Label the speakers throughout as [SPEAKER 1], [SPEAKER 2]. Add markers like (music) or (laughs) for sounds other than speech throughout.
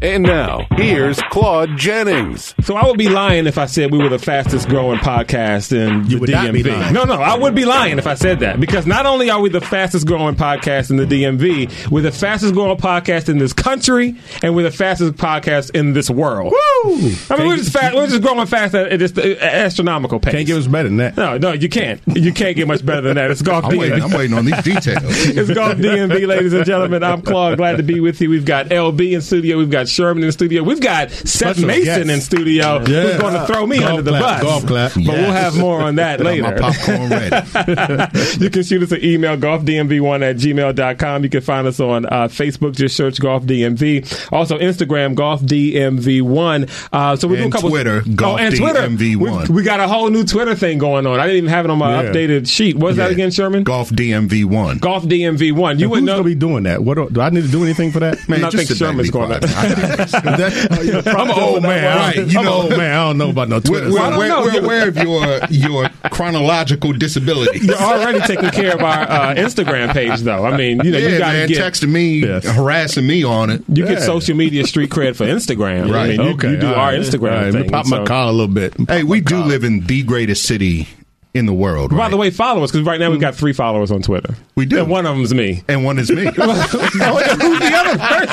[SPEAKER 1] And now, here's Claude Jennings.
[SPEAKER 2] So I would be lying if I said we were the fastest growing podcast in
[SPEAKER 3] You
[SPEAKER 2] the
[SPEAKER 3] would
[SPEAKER 2] DMV.
[SPEAKER 3] not be lying.
[SPEAKER 2] No, no, I would be lying if I said that because not only are we the fastest growing podcast in the DMV, we're the fastest growing podcast in this country, and we're the fastest podcast in this world. Woo! I mean, we're just fast, we're just growing fast at, at this uh, astronomical pace.
[SPEAKER 3] Can't give us better than that.
[SPEAKER 2] no, no, you can't. You can't get much better than that. It's golf
[SPEAKER 4] I'm waiting,
[SPEAKER 2] DMV.
[SPEAKER 4] I'm waiting on these
[SPEAKER 2] (laughs)
[SPEAKER 4] details.
[SPEAKER 3] (laughs)
[SPEAKER 2] It's Golf DMV, ladies and gentlemen. I'm Claude. Glad to be with you. We've got LB in studio. We've got Sherman in studio. We've got Seth
[SPEAKER 3] Special
[SPEAKER 2] Mason
[SPEAKER 3] guest.
[SPEAKER 2] in studio. Who's
[SPEAKER 3] Yeah.
[SPEAKER 2] going to throw me
[SPEAKER 3] Golf
[SPEAKER 2] under the
[SPEAKER 3] clap,
[SPEAKER 2] bus?
[SPEAKER 3] golf clap.
[SPEAKER 2] But we'll
[SPEAKER 3] Yes.
[SPEAKER 2] have more on that
[SPEAKER 4] Got my
[SPEAKER 2] later.
[SPEAKER 4] popcorn ready.
[SPEAKER 2] (laughs) you can shoot us an email, golfdmv1 at gmail.com. You can find us on uh, Facebook, just search Golf DMV. Also, Instagram, Golf DMV1. Uh, so we do a
[SPEAKER 4] And
[SPEAKER 2] couple.
[SPEAKER 4] Twitter,
[SPEAKER 2] oh,
[SPEAKER 4] Golf
[SPEAKER 2] and Twitter.
[SPEAKER 4] DMV1.
[SPEAKER 2] We, we got a whole new Twitter thing going on. I didn't even have it on my
[SPEAKER 3] Yeah.
[SPEAKER 2] updated sheet. What's that
[SPEAKER 4] Yeah.
[SPEAKER 2] again, Sherman?
[SPEAKER 4] Golf DMV one.
[SPEAKER 2] Golf DMV1. You
[SPEAKER 3] Who's
[SPEAKER 2] wouldn't know.
[SPEAKER 3] gonna be doing that? What do, do I need to do anything for (laughs) that?
[SPEAKER 2] I think
[SPEAKER 4] sit back and
[SPEAKER 2] Sherman's
[SPEAKER 4] be
[SPEAKER 2] going Oh, (laughs)
[SPEAKER 4] quiet. I-
[SPEAKER 3] That-
[SPEAKER 4] (laughs) I'm an old man.
[SPEAKER 3] Right,
[SPEAKER 4] Right, you
[SPEAKER 3] I'm
[SPEAKER 4] know.
[SPEAKER 3] an old man. I don't know about no Twitter.
[SPEAKER 4] We're,
[SPEAKER 2] I
[SPEAKER 4] we're,
[SPEAKER 2] don't know.
[SPEAKER 4] we're, we're aware of your your
[SPEAKER 2] (laughs)
[SPEAKER 4] chronological disability.
[SPEAKER 2] You're already taking care of our uh, Instagram page, though. I mean, you know,
[SPEAKER 4] yeah,
[SPEAKER 2] you got to
[SPEAKER 4] man,
[SPEAKER 2] get
[SPEAKER 4] texting me,
[SPEAKER 3] Yes.
[SPEAKER 4] harassing me on it.
[SPEAKER 2] you get
[SPEAKER 3] Yeah.
[SPEAKER 2] social media street cred for Instagram. I
[SPEAKER 4] Right.
[SPEAKER 2] mean, you,
[SPEAKER 3] okay,
[SPEAKER 2] you do
[SPEAKER 3] all
[SPEAKER 2] our
[SPEAKER 3] right. All
[SPEAKER 2] Instagram
[SPEAKER 3] right,
[SPEAKER 2] thing.
[SPEAKER 3] Pop
[SPEAKER 2] so-
[SPEAKER 3] my collar a little bit.
[SPEAKER 4] Hey, we do live in the greatest city in the world.
[SPEAKER 2] Oh, By
[SPEAKER 4] right?
[SPEAKER 2] the way, follow us because right now
[SPEAKER 3] Hmm.
[SPEAKER 2] we've got three followers on Twitter.
[SPEAKER 4] We do.
[SPEAKER 2] And one of them's
[SPEAKER 3] (laughs)
[SPEAKER 2] me.
[SPEAKER 4] and one
[SPEAKER 2] (laughs)
[SPEAKER 4] is me.
[SPEAKER 2] Who's the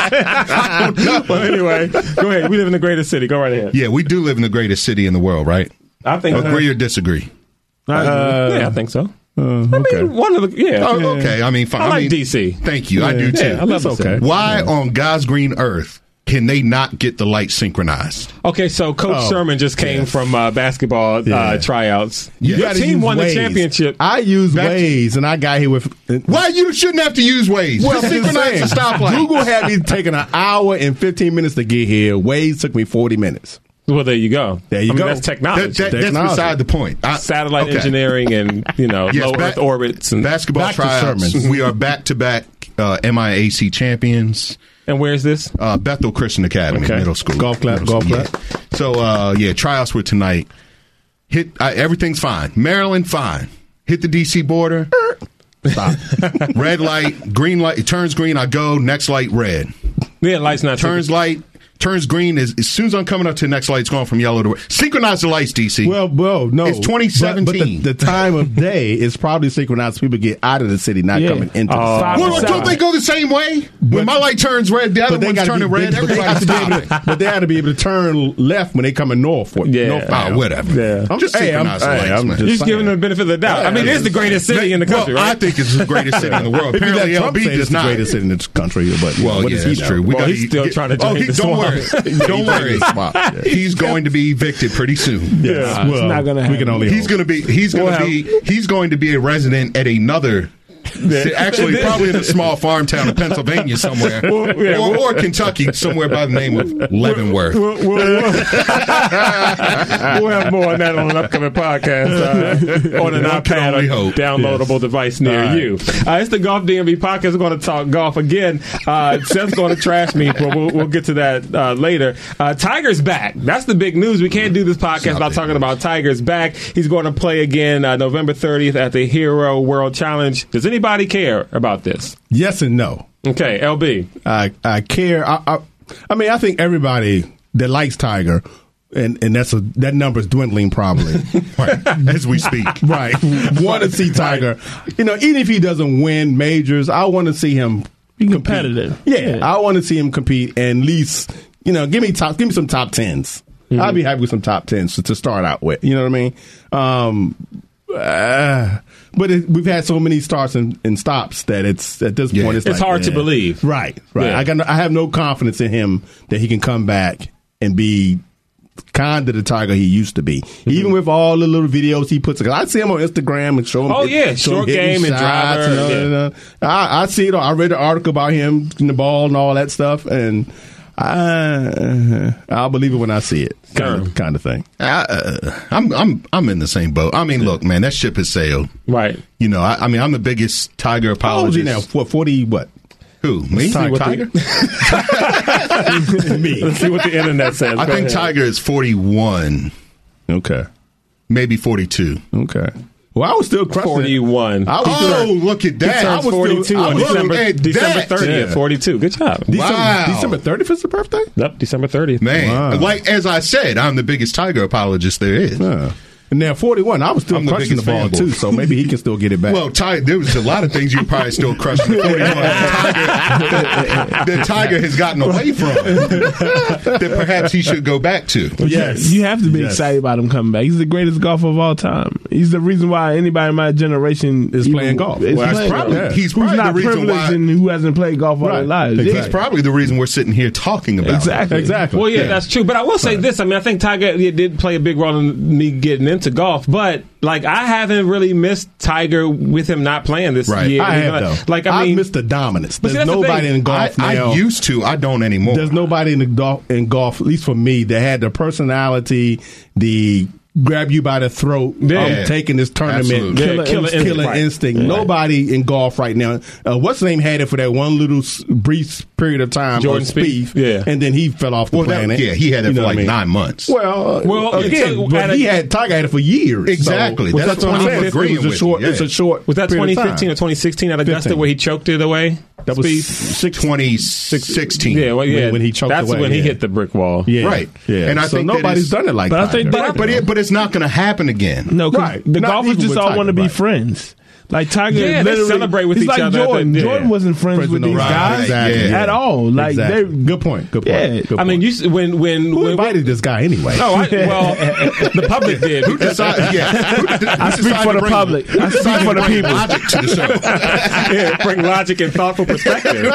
[SPEAKER 2] other person? well, anyway, go ahead. We live in the greatest city. Go right ahead.
[SPEAKER 4] (laughs) yeah, we do live in the greatest city in the world, right?
[SPEAKER 2] I think.
[SPEAKER 4] Agree or disagree?
[SPEAKER 2] Uh, yeah, I think so. I
[SPEAKER 3] Uh, okay.
[SPEAKER 2] mean, one of the yeah.
[SPEAKER 4] Oh, okay. I mean, fine.
[SPEAKER 2] I like
[SPEAKER 4] mean,
[SPEAKER 2] DC.
[SPEAKER 4] Thank you. I do too.
[SPEAKER 2] Yeah, I love
[SPEAKER 3] That's
[SPEAKER 2] the city.
[SPEAKER 3] okay.
[SPEAKER 4] Why on God's green earth can they not get the light synchronized?
[SPEAKER 2] Okay, so Coach
[SPEAKER 3] Oh,
[SPEAKER 2] Sherman just came from uh, basketball uh,
[SPEAKER 3] Yeah.
[SPEAKER 2] tryouts.
[SPEAKER 3] You
[SPEAKER 2] Your
[SPEAKER 3] gotta
[SPEAKER 2] team
[SPEAKER 3] use
[SPEAKER 2] won
[SPEAKER 3] Waze.
[SPEAKER 2] the championship.
[SPEAKER 3] I use
[SPEAKER 4] Back to-
[SPEAKER 3] Waze, and I got here with.
[SPEAKER 4] Why you shouldn't have to use Waze?
[SPEAKER 3] Well,
[SPEAKER 4] Well,
[SPEAKER 3] I'm just
[SPEAKER 4] synchronize
[SPEAKER 3] saying,
[SPEAKER 4] the stoplight.
[SPEAKER 3] (laughs) Google had me taking an hour and fifteen minutes to get here. Waze took me forty minutes.
[SPEAKER 2] well, there you go.
[SPEAKER 3] There you
[SPEAKER 2] I mean,
[SPEAKER 3] go.
[SPEAKER 2] that's technology.
[SPEAKER 4] That- that- that's
[SPEAKER 3] Technology.
[SPEAKER 4] beside the point. I-
[SPEAKER 2] Satellite
[SPEAKER 4] okay.
[SPEAKER 2] engineering and you know
[SPEAKER 4] Yes,
[SPEAKER 2] low
[SPEAKER 4] back-
[SPEAKER 2] Earth orbits and
[SPEAKER 4] Basketball
[SPEAKER 3] Back to
[SPEAKER 4] tryouts.
[SPEAKER 3] Sherman.
[SPEAKER 4] We are back to back uh, MIAC champions.
[SPEAKER 2] and where is this?
[SPEAKER 4] Uh, Bethel Christian Academy
[SPEAKER 2] Okay.
[SPEAKER 4] Middle School.
[SPEAKER 3] Golf clap,
[SPEAKER 4] Middle
[SPEAKER 3] golf
[SPEAKER 4] school,
[SPEAKER 3] clap.
[SPEAKER 4] yeah. So uh, yeah, tryouts were tonight. Hit I, everything's fine. Maryland fine. Hit the DC border.
[SPEAKER 3] (laughs)
[SPEAKER 4] Stop. red light, green light. It turns green. I go. Next light, red.
[SPEAKER 2] Yeah, lights not
[SPEAKER 4] Turns light. Turns green. As, as soon as I'm coming up to the next light, it's going from yellow to red. Synchronize the lights, DC.
[SPEAKER 3] Well, well, no,
[SPEAKER 4] It's
[SPEAKER 3] But-
[SPEAKER 4] 2017.
[SPEAKER 3] But, the, the time of day is probably synchronized. People get out of the city, not
[SPEAKER 2] Yeah.
[SPEAKER 3] coming into.
[SPEAKER 2] Oh.
[SPEAKER 3] the city.
[SPEAKER 2] Five
[SPEAKER 4] Well, don't they go the same way? When my light turns red, the other
[SPEAKER 3] But they
[SPEAKER 4] one's
[SPEAKER 3] got to
[SPEAKER 4] turning
[SPEAKER 3] be,
[SPEAKER 4] red.
[SPEAKER 3] they, but they
[SPEAKER 4] Everybody
[SPEAKER 3] gotta be
[SPEAKER 4] stop.
[SPEAKER 3] able to, but they got to be able to turn left when they coming north. Or,
[SPEAKER 2] Yeah.
[SPEAKER 3] north
[SPEAKER 4] Oh, whatever.
[SPEAKER 2] Yeah.
[SPEAKER 3] I'm
[SPEAKER 4] just
[SPEAKER 3] just hey, I'm,
[SPEAKER 4] synchronize the
[SPEAKER 3] hey,
[SPEAKER 4] lights, man.
[SPEAKER 3] I'm just
[SPEAKER 2] You're just
[SPEAKER 3] saying.
[SPEAKER 2] giving them the benefit of the doubt. I mean, it is the greatest city in the country,
[SPEAKER 4] well,
[SPEAKER 2] right?
[SPEAKER 4] I think it's the greatest city in the world.
[SPEAKER 3] Maybe that
[SPEAKER 4] Apparently,
[SPEAKER 3] Trump
[SPEAKER 4] LB
[SPEAKER 3] said
[SPEAKER 4] does
[SPEAKER 3] it's the
[SPEAKER 4] not.
[SPEAKER 3] greatest city in this country. But you know,
[SPEAKER 4] Well,
[SPEAKER 3] what
[SPEAKER 4] yeah,
[SPEAKER 3] does he
[SPEAKER 4] that's
[SPEAKER 3] know?
[SPEAKER 4] true. We
[SPEAKER 2] Well,
[SPEAKER 4] gotta
[SPEAKER 2] he's still trying to
[SPEAKER 4] Oh,
[SPEAKER 2] drain
[SPEAKER 4] he,
[SPEAKER 2] the
[SPEAKER 4] don't
[SPEAKER 2] swamp.
[SPEAKER 4] worry.
[SPEAKER 2] (laughs)
[SPEAKER 4] Don't worry. (laughs) He's going to be evicted pretty soon.
[SPEAKER 3] Yes.
[SPEAKER 2] Yeah, it's not gonna
[SPEAKER 3] We
[SPEAKER 2] happen.
[SPEAKER 3] can only.
[SPEAKER 4] He's
[SPEAKER 3] hope.
[SPEAKER 4] going to be. He's going
[SPEAKER 2] We'll
[SPEAKER 4] to
[SPEAKER 2] have-
[SPEAKER 4] be. He's going to be a resident at another. Actually, probably in a small farm town in Pennsylvania somewhere,
[SPEAKER 2] (laughs) Well, yeah,
[SPEAKER 4] or,
[SPEAKER 2] well-
[SPEAKER 4] or Kentucky, somewhere by the name of Leavenworth.
[SPEAKER 2] We'll, we'll- we'll-
[SPEAKER 4] (laughs)
[SPEAKER 2] we'll have more on that on an upcoming podcast uh, on an
[SPEAKER 4] One can
[SPEAKER 2] iPad
[SPEAKER 4] only
[SPEAKER 2] or
[SPEAKER 4] hope.
[SPEAKER 2] downloadable device near you. Uh, it's the Golf DMV podcast. We're going to talk golf again. Uh, Seth's going to trash me, but we'll, we'll get to that uh, later. Uh, Tiger's back. That's the big news. We can't do this podcast without
[SPEAKER 4] big
[SPEAKER 2] talking
[SPEAKER 4] news.
[SPEAKER 2] about Tiger's back. He's going to play again uh, November 30th at the Hero World Challenge. Does anybody care about this?
[SPEAKER 3] Yes and no.
[SPEAKER 2] Okay, LB.
[SPEAKER 3] I I care. I, I I mean I think everybody that likes Tiger, and and that's a that number's dwindling probably.
[SPEAKER 4] Right, as we speak.
[SPEAKER 3] (laughs) right. Want to see Tiger? You know, even if he doesn't win majors, I want to see him
[SPEAKER 5] Be
[SPEAKER 3] compete.
[SPEAKER 5] competitive.
[SPEAKER 3] Yeah,
[SPEAKER 5] Yeah.
[SPEAKER 3] I want to see him compete and at least you know give me top give me some top 10s i I'd be happy with some top tens to, to start out with. You know what I mean? Um, uh, but it, we've had so many starts and, and stops that it's at this
[SPEAKER 4] Yeah.
[SPEAKER 3] point it's,
[SPEAKER 2] It's
[SPEAKER 3] like,
[SPEAKER 2] hard to
[SPEAKER 3] eh.
[SPEAKER 2] believe.
[SPEAKER 3] Right, right.
[SPEAKER 2] Yeah.
[SPEAKER 3] I got. No, I have no confidence in him that he can come back and be kind to the tiger he used to be.
[SPEAKER 2] Mm-hmm.
[SPEAKER 3] Even with all the little videos he puts, 'cause I see him on Instagram and show him.
[SPEAKER 2] Oh, yeah,
[SPEAKER 3] show him
[SPEAKER 2] short
[SPEAKER 3] hitting
[SPEAKER 2] game and
[SPEAKER 3] shots
[SPEAKER 2] driver,
[SPEAKER 3] all
[SPEAKER 2] yeah.
[SPEAKER 3] that. I, I see it. all. I read an article about him and the ball and all that stuff, and I, I'll believe it when I see it. Kind of, kind of thing.
[SPEAKER 4] I, uh, I'm I'm I'm in the same boat. I mean, look, man, that ship has sailed.
[SPEAKER 2] Right.
[SPEAKER 4] You know, I, I mean, I'm the biggest tiger
[SPEAKER 3] How old is
[SPEAKER 4] apologist.
[SPEAKER 3] he now? What forty? What?
[SPEAKER 4] Who me?
[SPEAKER 3] Tiger. Tiger? (laughs)
[SPEAKER 2] Let's see what the internet says.
[SPEAKER 4] I
[SPEAKER 2] Go
[SPEAKER 4] think
[SPEAKER 2] ahead.
[SPEAKER 4] Tiger is 41,
[SPEAKER 3] Okay.
[SPEAKER 4] maybe 42.
[SPEAKER 3] Okay. Well, I was still crushing. it.
[SPEAKER 2] 41.
[SPEAKER 3] I was
[SPEAKER 4] Oh,
[SPEAKER 3] still,
[SPEAKER 4] look at that!
[SPEAKER 3] I
[SPEAKER 2] Turns
[SPEAKER 3] was
[SPEAKER 2] 42
[SPEAKER 3] still- I
[SPEAKER 2] on
[SPEAKER 3] was
[SPEAKER 2] December,
[SPEAKER 4] looking at
[SPEAKER 2] December
[SPEAKER 4] that.
[SPEAKER 2] 30th.
[SPEAKER 4] Yeah.
[SPEAKER 2] 42. Good job.
[SPEAKER 3] December,
[SPEAKER 4] Wow.
[SPEAKER 3] December thirtieth is the birthday.
[SPEAKER 2] Yep, December 30th.
[SPEAKER 4] Man,
[SPEAKER 3] Wow.
[SPEAKER 4] like as I said, I'm the biggest Tiger apologist there is.
[SPEAKER 3] Yeah. And now forty one. I was still
[SPEAKER 4] I'm the
[SPEAKER 3] crushing the,
[SPEAKER 4] biggest
[SPEAKER 3] ball
[SPEAKER 4] fanboy.
[SPEAKER 3] too, so maybe he can still get it back.
[SPEAKER 4] Well, Tiger, there was a lot of things you probably still crushing. The 41 that Tiger, that Tiger has gotten away from that perhaps he should go back to.
[SPEAKER 3] yes,
[SPEAKER 5] You have to be
[SPEAKER 3] Yes.
[SPEAKER 5] excited about him coming back. He's the greatest golfer of all time. He's the reason why anybody in my generation
[SPEAKER 3] Is playing golf.
[SPEAKER 5] is
[SPEAKER 3] Well, that's
[SPEAKER 5] playing
[SPEAKER 4] probably-
[SPEAKER 5] golf.
[SPEAKER 4] he's
[SPEAKER 5] who's
[SPEAKER 4] probably the
[SPEAKER 5] not
[SPEAKER 4] reason
[SPEAKER 5] privileged
[SPEAKER 4] why-
[SPEAKER 5] and who hasn't played golf all their
[SPEAKER 3] Right.
[SPEAKER 5] lives.
[SPEAKER 3] Exactly.
[SPEAKER 4] He's probably the reason we're sitting here talking about
[SPEAKER 5] Exactly.
[SPEAKER 4] it.
[SPEAKER 3] exactly.
[SPEAKER 2] Well, yeah, that's true. But I will say this: I mean, I think Tiger it did play a big role in me getting into golf. But like, I haven't really missed Tiger with him not playing this
[SPEAKER 4] Right.
[SPEAKER 2] year.
[SPEAKER 4] Yeah,
[SPEAKER 3] I have though.
[SPEAKER 2] Like, I mean,
[SPEAKER 3] have missed the dominance.
[SPEAKER 2] But see,
[SPEAKER 3] There's
[SPEAKER 2] that's the
[SPEAKER 3] nobody
[SPEAKER 2] thing.
[SPEAKER 3] in
[SPEAKER 4] I,
[SPEAKER 3] golf now.
[SPEAKER 4] I used to. I don't anymore.
[SPEAKER 3] There's nobody in the golf in golf, at least for me, that had the personality, the grab you by the throat,
[SPEAKER 4] Yeah.
[SPEAKER 3] I'm taking this tournament,
[SPEAKER 4] Absolutely.
[SPEAKER 2] Yeah, killer
[SPEAKER 3] killer, killer
[SPEAKER 2] instinct.
[SPEAKER 3] instinct.
[SPEAKER 2] Right.
[SPEAKER 3] Nobody in golf right now. Uh, what's his name had it for that one little s- brief period of time,
[SPEAKER 2] Jordan
[SPEAKER 3] on
[SPEAKER 2] Spieth,
[SPEAKER 3] Spieth,
[SPEAKER 2] yeah.
[SPEAKER 3] and then he fell off the
[SPEAKER 4] well, that,
[SPEAKER 3] planet.
[SPEAKER 4] yeah, he had it
[SPEAKER 3] You know
[SPEAKER 4] for
[SPEAKER 3] what
[SPEAKER 4] like
[SPEAKER 3] I mean?
[SPEAKER 4] nine months.
[SPEAKER 3] Well,
[SPEAKER 2] Well,
[SPEAKER 3] well, again,
[SPEAKER 2] so
[SPEAKER 3] but
[SPEAKER 2] at a-
[SPEAKER 3] he had Tiger had it for years.
[SPEAKER 4] Exactly.
[SPEAKER 3] So, well,
[SPEAKER 4] That's
[SPEAKER 3] that's, what
[SPEAKER 4] what
[SPEAKER 3] I'm
[SPEAKER 4] I'm
[SPEAKER 3] saying.
[SPEAKER 4] agreeing
[SPEAKER 3] It was a
[SPEAKER 4] with
[SPEAKER 3] short.
[SPEAKER 4] you, yeah.
[SPEAKER 3] It's a short.
[SPEAKER 2] was that
[SPEAKER 3] period of
[SPEAKER 2] 2015 or
[SPEAKER 3] time.
[SPEAKER 2] 2016 at Augusta
[SPEAKER 3] 15.
[SPEAKER 2] where he choked it away?
[SPEAKER 3] That was
[SPEAKER 2] Speed?
[SPEAKER 3] six.
[SPEAKER 4] 2016.
[SPEAKER 2] yeah, well,
[SPEAKER 3] when-
[SPEAKER 2] yeah,
[SPEAKER 3] when he choked
[SPEAKER 2] That's
[SPEAKER 3] away,
[SPEAKER 2] when he
[SPEAKER 3] yeah.
[SPEAKER 2] hit the brick wall.
[SPEAKER 3] Yeah.
[SPEAKER 4] Right.
[SPEAKER 3] Yeah.
[SPEAKER 4] And I
[SPEAKER 3] so
[SPEAKER 4] think that
[SPEAKER 3] nobody's
[SPEAKER 4] is-
[SPEAKER 3] done it like
[SPEAKER 5] But I
[SPEAKER 3] Tiger.
[SPEAKER 5] think
[SPEAKER 4] But, but, it, but it's not going to happen again.
[SPEAKER 5] No, 'cause
[SPEAKER 3] Right.
[SPEAKER 5] the
[SPEAKER 3] Not
[SPEAKER 5] golfers
[SPEAKER 3] even
[SPEAKER 5] just
[SPEAKER 3] with
[SPEAKER 5] all
[SPEAKER 3] Tiger,
[SPEAKER 5] want to be
[SPEAKER 3] right.
[SPEAKER 5] friends. Like Tiger,
[SPEAKER 2] Yeah, they
[SPEAKER 5] literally,
[SPEAKER 2] celebrate with
[SPEAKER 5] it's
[SPEAKER 2] each
[SPEAKER 5] like
[SPEAKER 2] other.
[SPEAKER 5] Jordan,
[SPEAKER 2] They- yeah.
[SPEAKER 5] Jordan wasn't friends
[SPEAKER 3] Friends
[SPEAKER 5] with
[SPEAKER 3] with
[SPEAKER 5] these
[SPEAKER 3] no-
[SPEAKER 5] guys
[SPEAKER 4] Exactly.
[SPEAKER 5] at all. Like
[SPEAKER 3] Exactly.
[SPEAKER 5] they,
[SPEAKER 3] Oh, good point. Good point.
[SPEAKER 5] Yeah.
[SPEAKER 3] Good point.
[SPEAKER 2] I mean, you s- when when
[SPEAKER 3] who
[SPEAKER 2] when,
[SPEAKER 3] invited this guy anyway?
[SPEAKER 2] Oh, I, (laughs) well, the public did.
[SPEAKER 4] Who decided? Yeah. Who did- who
[SPEAKER 5] I speak
[SPEAKER 4] decided
[SPEAKER 5] for
[SPEAKER 4] to
[SPEAKER 5] the
[SPEAKER 4] bring-
[SPEAKER 5] public.
[SPEAKER 4] who
[SPEAKER 5] I speak
[SPEAKER 4] decided
[SPEAKER 5] for
[SPEAKER 4] to
[SPEAKER 5] the
[SPEAKER 4] bring
[SPEAKER 5] people.
[SPEAKER 4] Logic to the show.
[SPEAKER 2] yeah, bring logic and thoughtful perspective.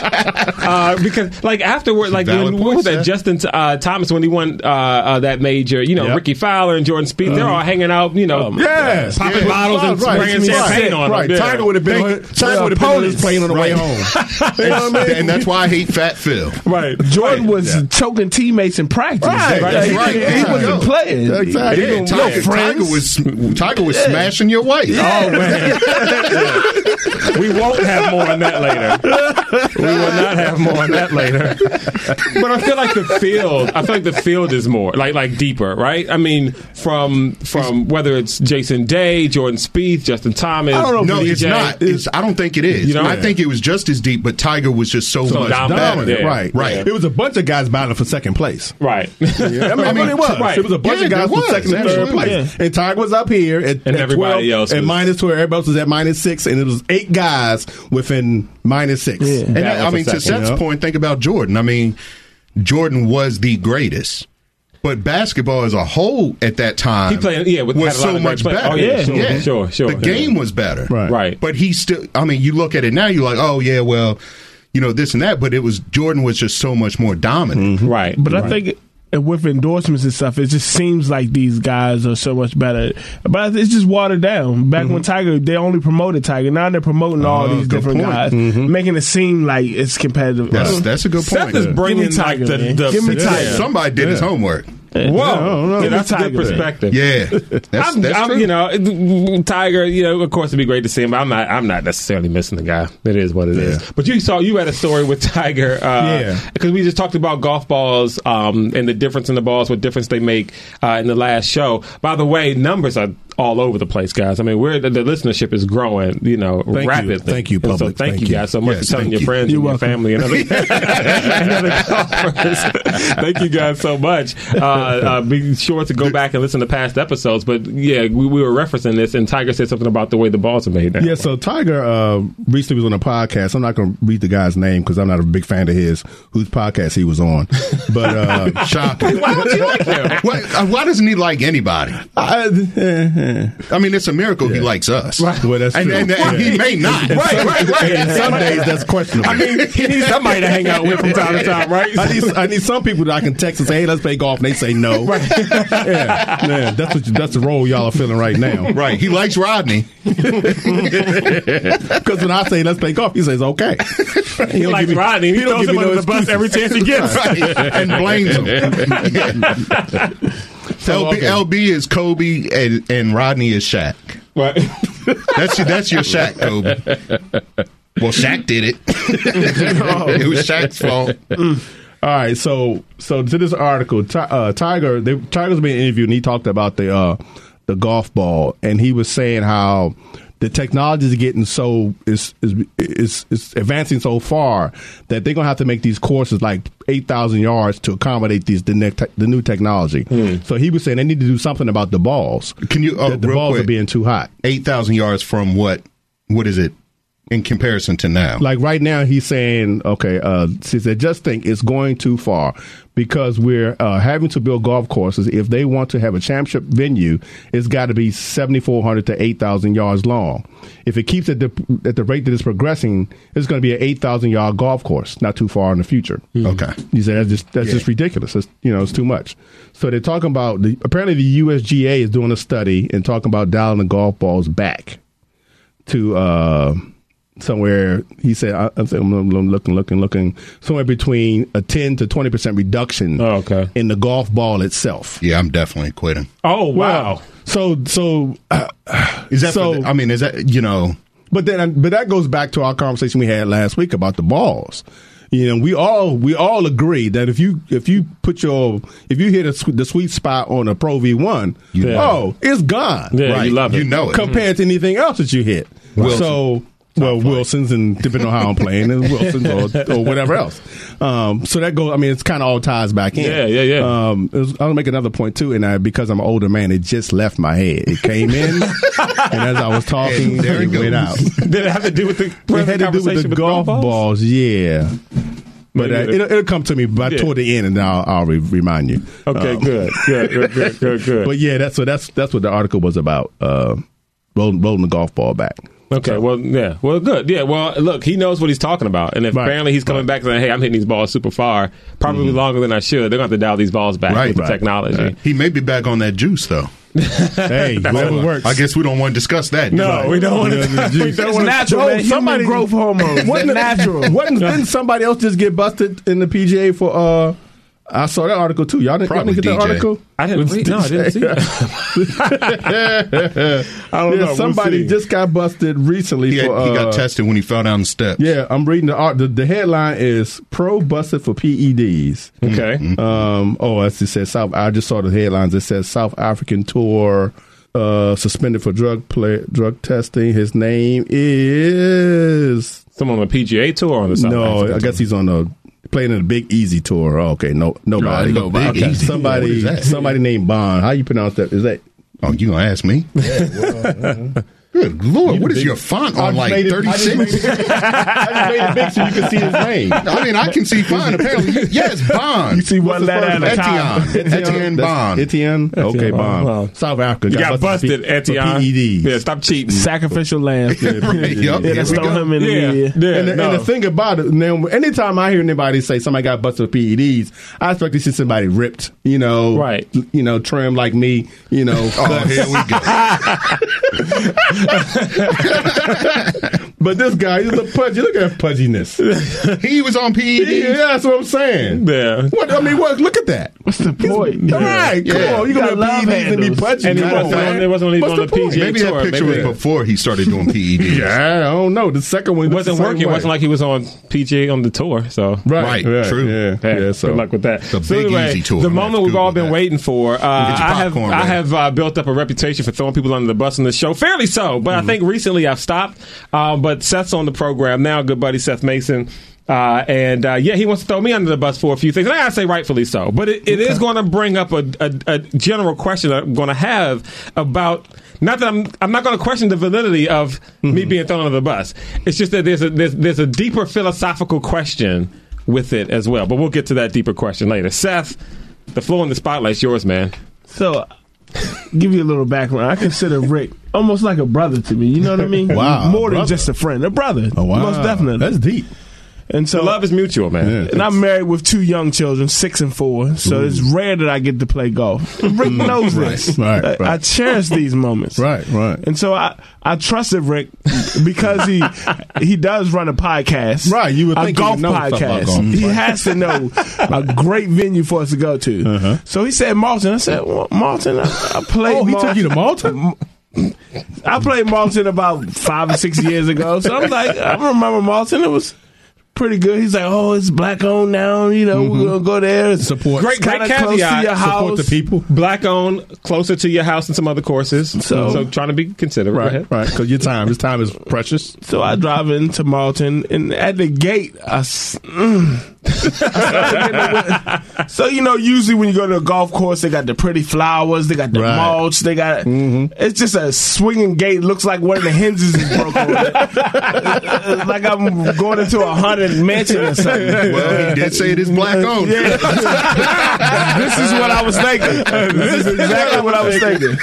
[SPEAKER 2] uh, because, like, afterward, like,
[SPEAKER 4] Valid
[SPEAKER 2] when, what
[SPEAKER 4] point,
[SPEAKER 2] was
[SPEAKER 4] Seth.
[SPEAKER 2] that? Justin uh, Thomas, when he won uh, uh, that major, you know,
[SPEAKER 3] Yep.
[SPEAKER 2] Ricky Fowler and Jordan Speed, they're all hanging out, you know,
[SPEAKER 3] Yes.
[SPEAKER 2] popping
[SPEAKER 4] Yeah.
[SPEAKER 2] bottles and
[SPEAKER 3] Right,
[SPEAKER 2] spraying
[SPEAKER 3] right,
[SPEAKER 2] champagne on
[SPEAKER 3] right.
[SPEAKER 2] them. Yeah.
[SPEAKER 3] Tiger would have been. on- Tiger would have been on his plane on the way (laughs) home. you know what I mean?
[SPEAKER 4] and that's why I hate Fat Phil.
[SPEAKER 2] Right.
[SPEAKER 5] Jordan was choking teammates in practice.
[SPEAKER 3] Right.
[SPEAKER 5] Like,
[SPEAKER 4] That's
[SPEAKER 5] he-
[SPEAKER 4] right.
[SPEAKER 5] He,
[SPEAKER 4] Yeah.
[SPEAKER 5] wasn't playing.
[SPEAKER 3] Exactly.
[SPEAKER 4] Yeah,
[SPEAKER 5] no
[SPEAKER 4] Tiger, Tiger
[SPEAKER 5] friends.
[SPEAKER 4] was Tiger was smashing your wife.
[SPEAKER 2] Oh, man. we won't have more on that later. (laughs) We will not have more on that later. But I feel like the field. I feel like the field is more like like deeper, right? I mean, from from whether it's Jason Day, Jordan Spieth, Justin Thomas.
[SPEAKER 5] I don't know if
[SPEAKER 4] No,
[SPEAKER 5] DJ.
[SPEAKER 4] it's not. It's, I don't think it is.
[SPEAKER 2] You know?
[SPEAKER 4] I think it was just as deep, but Tiger was just so,
[SPEAKER 2] So
[SPEAKER 4] much
[SPEAKER 2] dominant,
[SPEAKER 4] better.
[SPEAKER 2] yeah.
[SPEAKER 3] Right.
[SPEAKER 4] Right.
[SPEAKER 3] It was a bunch of guys battling for second place.
[SPEAKER 2] (laughs) Right.
[SPEAKER 3] I mean,
[SPEAKER 4] I mean,
[SPEAKER 3] it really was.
[SPEAKER 2] right.
[SPEAKER 3] It was a bunch
[SPEAKER 4] Yeah,
[SPEAKER 3] of guys
[SPEAKER 4] there
[SPEAKER 3] from
[SPEAKER 4] was.
[SPEAKER 3] second and third
[SPEAKER 4] Absolutely.
[SPEAKER 3] place. And Tiger was up here at,
[SPEAKER 2] And
[SPEAKER 3] at
[SPEAKER 2] everybody
[SPEAKER 3] 12,
[SPEAKER 2] else
[SPEAKER 3] and
[SPEAKER 2] was-
[SPEAKER 3] minus two. Everybody else was at minus six, and it was eight guys within minus six.
[SPEAKER 4] And
[SPEAKER 2] That
[SPEAKER 4] I- I
[SPEAKER 2] was
[SPEAKER 4] mean,
[SPEAKER 2] the
[SPEAKER 4] to
[SPEAKER 2] second,
[SPEAKER 4] Seth's
[SPEAKER 3] you know?
[SPEAKER 4] point, think about Jordan. I mean, Jordan was the greatest. But basketball as a whole at that time
[SPEAKER 2] He played- yeah, with-
[SPEAKER 4] was
[SPEAKER 2] had a lot
[SPEAKER 4] so
[SPEAKER 2] of great
[SPEAKER 4] much
[SPEAKER 2] players.
[SPEAKER 4] better.
[SPEAKER 2] Oh, yeah, sure, sure, sure.
[SPEAKER 4] The game was better.
[SPEAKER 3] Right.
[SPEAKER 2] Right.
[SPEAKER 4] But he still, I mean, you look at it now, you're like, oh, yeah, well, you know, this and that. But it was, Jordan was just so much more dominant.
[SPEAKER 2] right.
[SPEAKER 5] But I think uh, with endorsements and stuff, it just seems like these guys are so much better. But it's just watered down. Back when Tiger, they only promoted Tiger. Now they're promoting all
[SPEAKER 4] Oh,
[SPEAKER 5] these
[SPEAKER 4] good
[SPEAKER 5] different
[SPEAKER 4] point.
[SPEAKER 5] guys, making it seem like it's competitive. Uh,
[SPEAKER 4] That's, that's a good
[SPEAKER 2] Seth
[SPEAKER 4] point.
[SPEAKER 2] is
[SPEAKER 5] Give me
[SPEAKER 2] bringing
[SPEAKER 5] Tiger,
[SPEAKER 2] like the,
[SPEAKER 5] man.
[SPEAKER 2] the
[SPEAKER 5] Give me
[SPEAKER 2] yeah.
[SPEAKER 5] Tiger.
[SPEAKER 4] Somebody did his homework.
[SPEAKER 2] Whoa, yeah, that's a good
[SPEAKER 5] Tiger.
[SPEAKER 2] perspective. (laughs)
[SPEAKER 4] Yeah. That's,
[SPEAKER 2] I'm,
[SPEAKER 4] that's
[SPEAKER 2] I'm,
[SPEAKER 4] true.
[SPEAKER 2] you know, it- Tiger. You know, of course, it'd be great to see him. But I'm not. I'm not necessarily missing the guy. It is what it is. But you saw you had a story with Tiger. Uh,
[SPEAKER 3] Yeah.
[SPEAKER 2] Because we just talked about golf balls um, and the difference in the balls, what difference they make uh, in the last show. By the way, numbers are all over the place, guys. I mean, we're the, the listenership is growing. You know,
[SPEAKER 3] you.
[SPEAKER 2] rapidly.
[SPEAKER 3] Thank you,
[SPEAKER 2] And so
[SPEAKER 3] public.
[SPEAKER 2] thank,
[SPEAKER 3] Thank
[SPEAKER 2] you
[SPEAKER 3] you.
[SPEAKER 2] guys so much
[SPEAKER 4] Yes,
[SPEAKER 2] for telling
[SPEAKER 4] thank
[SPEAKER 2] your
[SPEAKER 4] you.
[SPEAKER 2] friends,
[SPEAKER 5] You're
[SPEAKER 2] and your
[SPEAKER 5] welcome.
[SPEAKER 2] family, and (laughs) other, and other golfers. thank you guys so much. Uh, uh, be sure to go back and listen to past episodes. But yeah, we, we were referencing this, and Tiger said something about the way the balls are made. now.
[SPEAKER 3] Yeah, so Tiger uh, recently was on a podcast. I'm not going to read the guy's name because I'm not a big fan of his, whose podcast he was on. But
[SPEAKER 2] (laughs)
[SPEAKER 3] uh,
[SPEAKER 4] Shocking. why, why doesn't he like anybody?
[SPEAKER 3] I, eh, eh,
[SPEAKER 4] (laughs) I mean, it's a miracle he likes us.
[SPEAKER 3] Well, that's
[SPEAKER 4] and,
[SPEAKER 3] true.
[SPEAKER 4] and, and he may
[SPEAKER 3] (laughs)
[SPEAKER 4] not.
[SPEAKER 2] Right, right, right.
[SPEAKER 3] And (laughs) some days that's questionable.
[SPEAKER 2] I mean, (laughs) he needs somebody to hang out with from time to time, right?
[SPEAKER 3] I need, I need some people that I can text and say, "Hey, let's play golf," and they say no. (laughs) yeah, man, that's what you, that's the role y'all are feeling right now.
[SPEAKER 4] Right. He likes Rodney.
[SPEAKER 3] (laughs) Because when I say let's play golf, he says okay.
[SPEAKER 2] He likes Rodney. He, throws him under the bus every chance he gets.
[SPEAKER 4] and blames
[SPEAKER 3] (laughs)
[SPEAKER 4] him. LB,
[SPEAKER 3] okay.
[SPEAKER 4] LB is Kobe and, and Rodney is Shaq.
[SPEAKER 2] Right.
[SPEAKER 4] That's that's your Shaq, Kobe. Well, Shaq did
[SPEAKER 3] (laughs)
[SPEAKER 4] it. it was Shaq's fault.
[SPEAKER 3] All right, so so to this article, Ti- uh, Tiger, they, Tiger's being interviewed, and he talked about the uh, the golf ball, and he was saying how the technology is getting so is is is, is advancing so far that they're gonna have to make these courses like eight thousand yards to accommodate these the, next te- the new technology.
[SPEAKER 4] Hmm.
[SPEAKER 3] So he was saying they need to do something about the balls.
[SPEAKER 4] Can you- oh,
[SPEAKER 3] that the
[SPEAKER 4] real
[SPEAKER 3] balls
[SPEAKER 4] quick.
[SPEAKER 3] are being too hot?
[SPEAKER 4] Eight thousand yards from what? What is it in comparison to now?
[SPEAKER 3] like right now he's saying okay uh he said just think it's going too far because we're uh, having to build golf courses if they want to have a championship venue it's got to be 7400 to 8000 yards long if it keeps at the at the rate that it's progressing it's going to be an 8000 yard golf course not too far in the future
[SPEAKER 4] okay.
[SPEAKER 3] he said that's just that's just ridiculous. That's, you know, it's too much. So they're talking about the, apparently the USGA is doing a study and talking about dialing the golf balls back to uh, somewhere. He said I, I'm, saying- I'm looking, looking, looking somewhere between a ten to twenty percent reduction.
[SPEAKER 2] Oh, okay.
[SPEAKER 3] in the golf ball itself.
[SPEAKER 4] Yeah, I'm definitely quitting.
[SPEAKER 2] (laughs) Oh, wow.
[SPEAKER 3] So so uh,
[SPEAKER 4] Is that
[SPEAKER 3] So-
[SPEAKER 4] so? I mean, is that you know?
[SPEAKER 3] But then, but that goes back to our conversation we had last week about the balls. You know, we all we all agree that if you if you put your if you hit a, sw- the sweet spot on a Pro V one,
[SPEAKER 2] Yeah.
[SPEAKER 3] oh, it's gone.
[SPEAKER 5] Yeah, you love it.
[SPEAKER 4] You know it.
[SPEAKER 3] Compared to anything else that you hit,
[SPEAKER 4] Wilson.
[SPEAKER 3] so well, Wilson's and depending on how I'm playing, and Wilson's or, or whatever else. Um, so that goes. I mean, it's kind of all ties back in.
[SPEAKER 2] Yeah, yeah, yeah.
[SPEAKER 3] Um, it was- I'll make another point too, and I, because I'm an older man, it just left my head. It came in, and as I was talking,
[SPEAKER 4] And there
[SPEAKER 3] it
[SPEAKER 4] it
[SPEAKER 3] went
[SPEAKER 4] goes.
[SPEAKER 3] out.
[SPEAKER 2] Did it have to do with the
[SPEAKER 3] It had to do with the golf balls, yeah. But uh,
[SPEAKER 2] Maybe the-
[SPEAKER 3] it'll, it'll come to me by
[SPEAKER 2] Yeah.
[SPEAKER 3] toward the end, and I'll, I'll re- remind you.
[SPEAKER 2] Okay,
[SPEAKER 3] Um,
[SPEAKER 2] good. Good, good, good, good, good.
[SPEAKER 3] But yeah, that's so that's that's what the article was about. Uh, rolling, rolling the golf ball back.
[SPEAKER 2] Okay, well, yeah, well, good, yeah. Well, look, he knows what he's talking about, and if
[SPEAKER 3] Right.
[SPEAKER 2] apparently he's coming back saying, "Hey, I'm hitting these balls super far, probably longer than I should," they're gonna have to dial these balls back
[SPEAKER 4] Right,
[SPEAKER 2] with the
[SPEAKER 4] right,
[SPEAKER 2] technology.
[SPEAKER 4] He may be back on that juice though.
[SPEAKER 3] Hey, whatever works.
[SPEAKER 4] I guess we don't want to discuss that. do
[SPEAKER 2] No, we don't want to. we don't
[SPEAKER 5] It's
[SPEAKER 2] want to.
[SPEAKER 5] natural,
[SPEAKER 3] Yo,
[SPEAKER 5] man.
[SPEAKER 3] somebody-
[SPEAKER 5] Somebody growth hormones. What
[SPEAKER 3] Wasn't it- (laughs)
[SPEAKER 5] natural?
[SPEAKER 3] Wasn't didn't somebody else just get busted in the PGA for? uh I saw that article too. Y'all didn't, y'all
[SPEAKER 4] Probably
[SPEAKER 3] didn't get that
[SPEAKER 4] DJ.
[SPEAKER 3] article.
[SPEAKER 2] (laughs) I didn't. Read, no, I didn't see. That. I don't
[SPEAKER 3] Yeah,
[SPEAKER 2] know. We'll
[SPEAKER 3] somebody
[SPEAKER 2] see.
[SPEAKER 3] just got busted recently
[SPEAKER 4] He, had-
[SPEAKER 3] for.
[SPEAKER 4] he
[SPEAKER 3] uh,
[SPEAKER 4] got tested when he fell down the steps.
[SPEAKER 3] Yeah, I'm reading the art. The, the headline is "Pro busted for PEDs."
[SPEAKER 2] okay.
[SPEAKER 3] Um, oh, as it says South. I just saw the headlines. It says South African tour uh, suspended for drug play, drug testing. His name is
[SPEAKER 2] Someone on the PGA tour or on the South
[SPEAKER 3] no.
[SPEAKER 2] African
[SPEAKER 3] I guess he's on a playing in a Big Easy tour. Oh, okay, no, nobody,
[SPEAKER 4] No, Big
[SPEAKER 3] Okay.
[SPEAKER 4] Easy. What
[SPEAKER 3] Somebody,
[SPEAKER 4] is that?
[SPEAKER 3] somebody named Bond. How you pronounce that? Is that?
[SPEAKER 4] Oh, you gonna ask me?
[SPEAKER 3] uh-huh.
[SPEAKER 4] Good lord, what is your font on like
[SPEAKER 3] made it- I
[SPEAKER 4] thirty
[SPEAKER 3] just
[SPEAKER 4] six?
[SPEAKER 3] made it- I just made it big so you can see his name.
[SPEAKER 4] I mean, I can see fine. Apparently,
[SPEAKER 3] (laughs)
[SPEAKER 4] You- yes, Bond.
[SPEAKER 5] You see one
[SPEAKER 3] What's the
[SPEAKER 5] letter
[SPEAKER 3] first
[SPEAKER 5] at a time.
[SPEAKER 4] Etienne, Etienne
[SPEAKER 3] That's
[SPEAKER 4] Bond.
[SPEAKER 3] Etienne? Okay,
[SPEAKER 2] Bond.
[SPEAKER 3] Bond.
[SPEAKER 2] Wow.
[SPEAKER 3] South Africa.
[SPEAKER 2] You got busted,
[SPEAKER 3] for- E
[SPEAKER 2] Etienne.
[SPEAKER 3] For PEDs.
[SPEAKER 2] Yeah, stop cheating.
[SPEAKER 5] Sacrificial lamb. Yeah,
[SPEAKER 4] (laughs) Right, yup, here
[SPEAKER 5] let's
[SPEAKER 4] we
[SPEAKER 5] throw
[SPEAKER 4] go.
[SPEAKER 5] him in the
[SPEAKER 2] yeah, yeah.
[SPEAKER 3] (laughs)
[SPEAKER 5] media.
[SPEAKER 3] And, the,
[SPEAKER 2] no.
[SPEAKER 3] and the thing about it, now, anytime I hear anybody say somebody got busted for PEDs, I expect to see somebody ripped, you know,
[SPEAKER 2] Right.
[SPEAKER 3] you know, trim like me, you know.
[SPEAKER 4] Oh, here we go.
[SPEAKER 3] but this guy, he's a pudgy. Look at that pudginess. (laughs)
[SPEAKER 4] He was on E
[SPEAKER 3] yeah,
[SPEAKER 4] PED.
[SPEAKER 3] that's what I'm saying.
[SPEAKER 2] Yeah.
[SPEAKER 3] What I mean, what? Look at that.
[SPEAKER 5] What's the point?
[SPEAKER 3] All right, come
[SPEAKER 4] Yeah.
[SPEAKER 3] on.
[SPEAKER 5] You
[SPEAKER 3] You gonna
[SPEAKER 5] got love
[SPEAKER 3] have PEDs and be
[SPEAKER 5] handles.
[SPEAKER 3] pudgy?
[SPEAKER 2] And he
[SPEAKER 3] Come
[SPEAKER 2] wasn't
[SPEAKER 3] on,
[SPEAKER 2] on-
[SPEAKER 3] man.
[SPEAKER 2] it wasn't on-
[SPEAKER 3] What's
[SPEAKER 2] on the
[SPEAKER 3] point?
[SPEAKER 2] PGA
[SPEAKER 4] Maybe that
[SPEAKER 2] Tour,
[SPEAKER 4] picture
[SPEAKER 2] maybe-
[SPEAKER 4] was before he started doing E PED.
[SPEAKER 3] (laughs) Yeah, I don't know. The second one
[SPEAKER 2] It wasn't
[SPEAKER 3] the same
[SPEAKER 2] working. It
[SPEAKER 3] way.
[SPEAKER 2] wasn't like he was on PGA on the tour. So
[SPEAKER 4] Right, true.
[SPEAKER 3] Yeah,
[SPEAKER 2] Hey,
[SPEAKER 3] yeah. So
[SPEAKER 2] good luck with that.
[SPEAKER 4] The Big Easy tour.
[SPEAKER 2] The
[SPEAKER 4] I'm gonna
[SPEAKER 2] moment
[SPEAKER 4] have to
[SPEAKER 2] we've all
[SPEAKER 4] Google
[SPEAKER 2] been
[SPEAKER 4] that.
[SPEAKER 2] waiting for. Uh,
[SPEAKER 4] Get your
[SPEAKER 2] I have
[SPEAKER 4] popcorn
[SPEAKER 2] I
[SPEAKER 4] ready.
[SPEAKER 2] have uh, built up a reputation for throwing people under the bus on this show, fairly so. But I think recently I've stopped. Um, but Seth's on the program now, good buddy Seth Mason. Uh, and uh, yeah, he wants to throw me under the bus for a few things, and I gotta say, rightfully so. But it, it is going to bring up a, a, a general question I'm going to have about not that I'm I'm not going to question the validity of me being thrown under the bus. It's just that there's a there's, there's a deeper philosophical question with it as well. But we'll get to that deeper question later. Seth, the floor in the spotlight's yours, man.
[SPEAKER 5] So give you a little background. I consider Rick almost like a brother to me. You know what I mean?
[SPEAKER 3] Wow,
[SPEAKER 5] More than
[SPEAKER 3] brother.
[SPEAKER 5] just a friend, a brother.
[SPEAKER 3] Oh, wow.
[SPEAKER 5] Most definitely.
[SPEAKER 3] That's deep.
[SPEAKER 5] and so
[SPEAKER 2] Love is mutual, man.
[SPEAKER 5] and I'm married with two young children, six and four. So it's rare that I get to play golf. Rick knows this.
[SPEAKER 3] right,
[SPEAKER 5] I- I
[SPEAKER 3] right.
[SPEAKER 5] cherish these moments.
[SPEAKER 3] Right, right.
[SPEAKER 5] And so I, I trusted Rick
[SPEAKER 3] (laughs)
[SPEAKER 5] because he he does run a podcast.
[SPEAKER 3] Right, you would
[SPEAKER 5] a
[SPEAKER 3] think he
[SPEAKER 5] golf
[SPEAKER 3] would know stuff about
[SPEAKER 5] podcast.
[SPEAKER 3] golf.
[SPEAKER 5] He has to know a great venue for us to go to. So he said Marlton. I said well, Marlton. I, I played.
[SPEAKER 3] Uh-huh. Oh, he took you
[SPEAKER 5] Marlton.
[SPEAKER 3] to Malta?
[SPEAKER 5] (laughs) I played Marlton about five or six years ago. So I'm like, I remember Marlton. It was pretty good. He's like, oh, it's black owned now. You know, we're gonna go there. It's
[SPEAKER 3] Mm-hmm. Support.
[SPEAKER 2] Great, great
[SPEAKER 5] kinda close to
[SPEAKER 2] caveat.
[SPEAKER 5] your
[SPEAKER 3] Support the
[SPEAKER 5] house.
[SPEAKER 3] people.
[SPEAKER 2] Black owned, closer to your house and some other courses. So,
[SPEAKER 5] So-
[SPEAKER 2] trying to be considerate. Go
[SPEAKER 3] Right,
[SPEAKER 2] ahead.
[SPEAKER 3] right. Because your time, his time is precious.
[SPEAKER 5] So I drive into Marlton, and at the gate, I. s- mm. so you know, usually when you go to a golf course, they got the pretty flowers, they got the
[SPEAKER 3] Right.
[SPEAKER 5] mulch, they got. It's just a swinging gate. Looks like one of the hinges is broken. on it. It's (laughs) like I'm going into a haunted mansion or something.
[SPEAKER 4] Well, he did say it is
[SPEAKER 3] (laughs)
[SPEAKER 4] black owned.
[SPEAKER 5] Yeah. (laughs) this is what I was thinking. (laughs) This is exactly what I was thinking.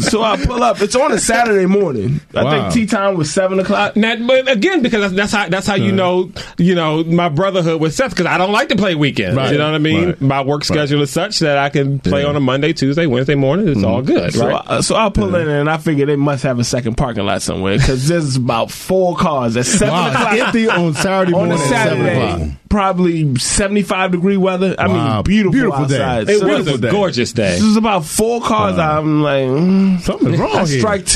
[SPEAKER 5] so I pull up. It's on a Saturday morning. I
[SPEAKER 3] Wow.
[SPEAKER 5] think tea time was seven o'clock.
[SPEAKER 2] Now, but again, because that's, that's how that's how you know you know my brotherhood with Seth. Because I don't like to play weekends.
[SPEAKER 3] Right.
[SPEAKER 2] You know what I mean?
[SPEAKER 3] Right.
[SPEAKER 2] My work schedule is such that I can play on a Monday, Tuesday, Wednesday morning.
[SPEAKER 3] Mm-hmm.
[SPEAKER 2] It's all good,
[SPEAKER 5] So,
[SPEAKER 2] right?
[SPEAKER 5] I, so I pull in and I figure they must have a second parking
[SPEAKER 2] (laughs)
[SPEAKER 5] lot somewhere because there's about four cars at seven
[SPEAKER 3] Wow, it's
[SPEAKER 5] o'clock
[SPEAKER 3] empty on Saturday
[SPEAKER 5] on
[SPEAKER 3] morning at
[SPEAKER 5] a
[SPEAKER 3] 7 o'clock.
[SPEAKER 5] Saturday. Probably seventy-five degree weather. I
[SPEAKER 3] Wow,
[SPEAKER 5] mean, beautiful,
[SPEAKER 3] beautiful day.
[SPEAKER 5] outside.
[SPEAKER 2] it
[SPEAKER 5] So
[SPEAKER 2] was
[SPEAKER 3] beautiful
[SPEAKER 2] a
[SPEAKER 3] day.
[SPEAKER 2] gorgeous day.
[SPEAKER 3] (laughs)
[SPEAKER 5] This is about four cars. I'm like, mm,
[SPEAKER 3] Something's wrong
[SPEAKER 5] I
[SPEAKER 3] here. Uh-huh.
[SPEAKER 5] strike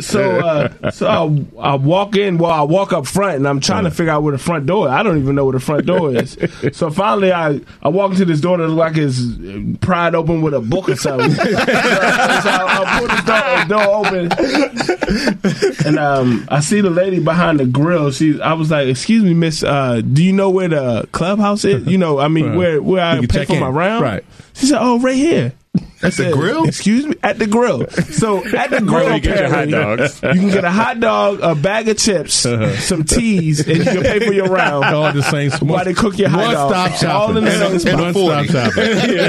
[SPEAKER 5] 2 (laughs) so, uh, so I, I walk in. Well, I walk up front, and I'm trying to figure out where the front door. is. I don't even know where the front door
[SPEAKER 3] (laughs)
[SPEAKER 5] is. so finally, I, I walk into this door that looks like it's uh, pried open with a book or something. (laughs) so I, I pull this door, door open, and um, I see the lady behind the grill. She, I was like, "Excuse me, Miss, uh, do you know where the clubhouse is? You know, I mean,
[SPEAKER 3] Right.
[SPEAKER 5] where where I
[SPEAKER 3] You can
[SPEAKER 5] pay
[SPEAKER 3] check
[SPEAKER 5] for
[SPEAKER 3] in.
[SPEAKER 5] my round?"
[SPEAKER 3] Right.
[SPEAKER 5] She said, "Oh, right here." At the
[SPEAKER 4] grill?
[SPEAKER 5] Excuse me, at the grill. So at the grill,
[SPEAKER 2] Where you get your hot
[SPEAKER 5] apparently,
[SPEAKER 2] dogs.
[SPEAKER 5] you can get a hot dog, a bag of chips, some teas, and you can pay for your round.
[SPEAKER 3] All at the same spot.
[SPEAKER 5] While they cook your hot
[SPEAKER 3] One
[SPEAKER 5] dog.
[SPEAKER 3] stop shopping.
[SPEAKER 5] All in the same
[SPEAKER 3] And a- and
[SPEAKER 5] spot.
[SPEAKER 3] a One stop shopping.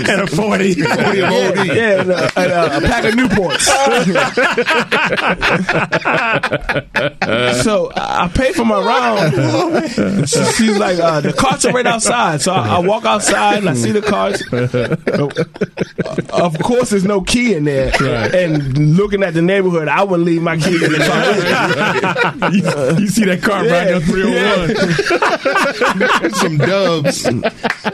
[SPEAKER 5] (laughs)
[SPEAKER 4] (laughs)
[SPEAKER 2] and a
[SPEAKER 3] (laughs)
[SPEAKER 2] forty.
[SPEAKER 4] Forty of OD.
[SPEAKER 5] Yeah, and a, and a, a pack of Newports. so I I pay for my round. She- she's like, uh, the carts are right outside. So I, I walk outside and I see the carts. of course, there's no key in there. And looking at the neighborhood, I wouldn't leave my key in the car.
[SPEAKER 3] (laughs) you, you see that car
[SPEAKER 5] Yeah.
[SPEAKER 3] riding on 301.
[SPEAKER 4] Some dubs.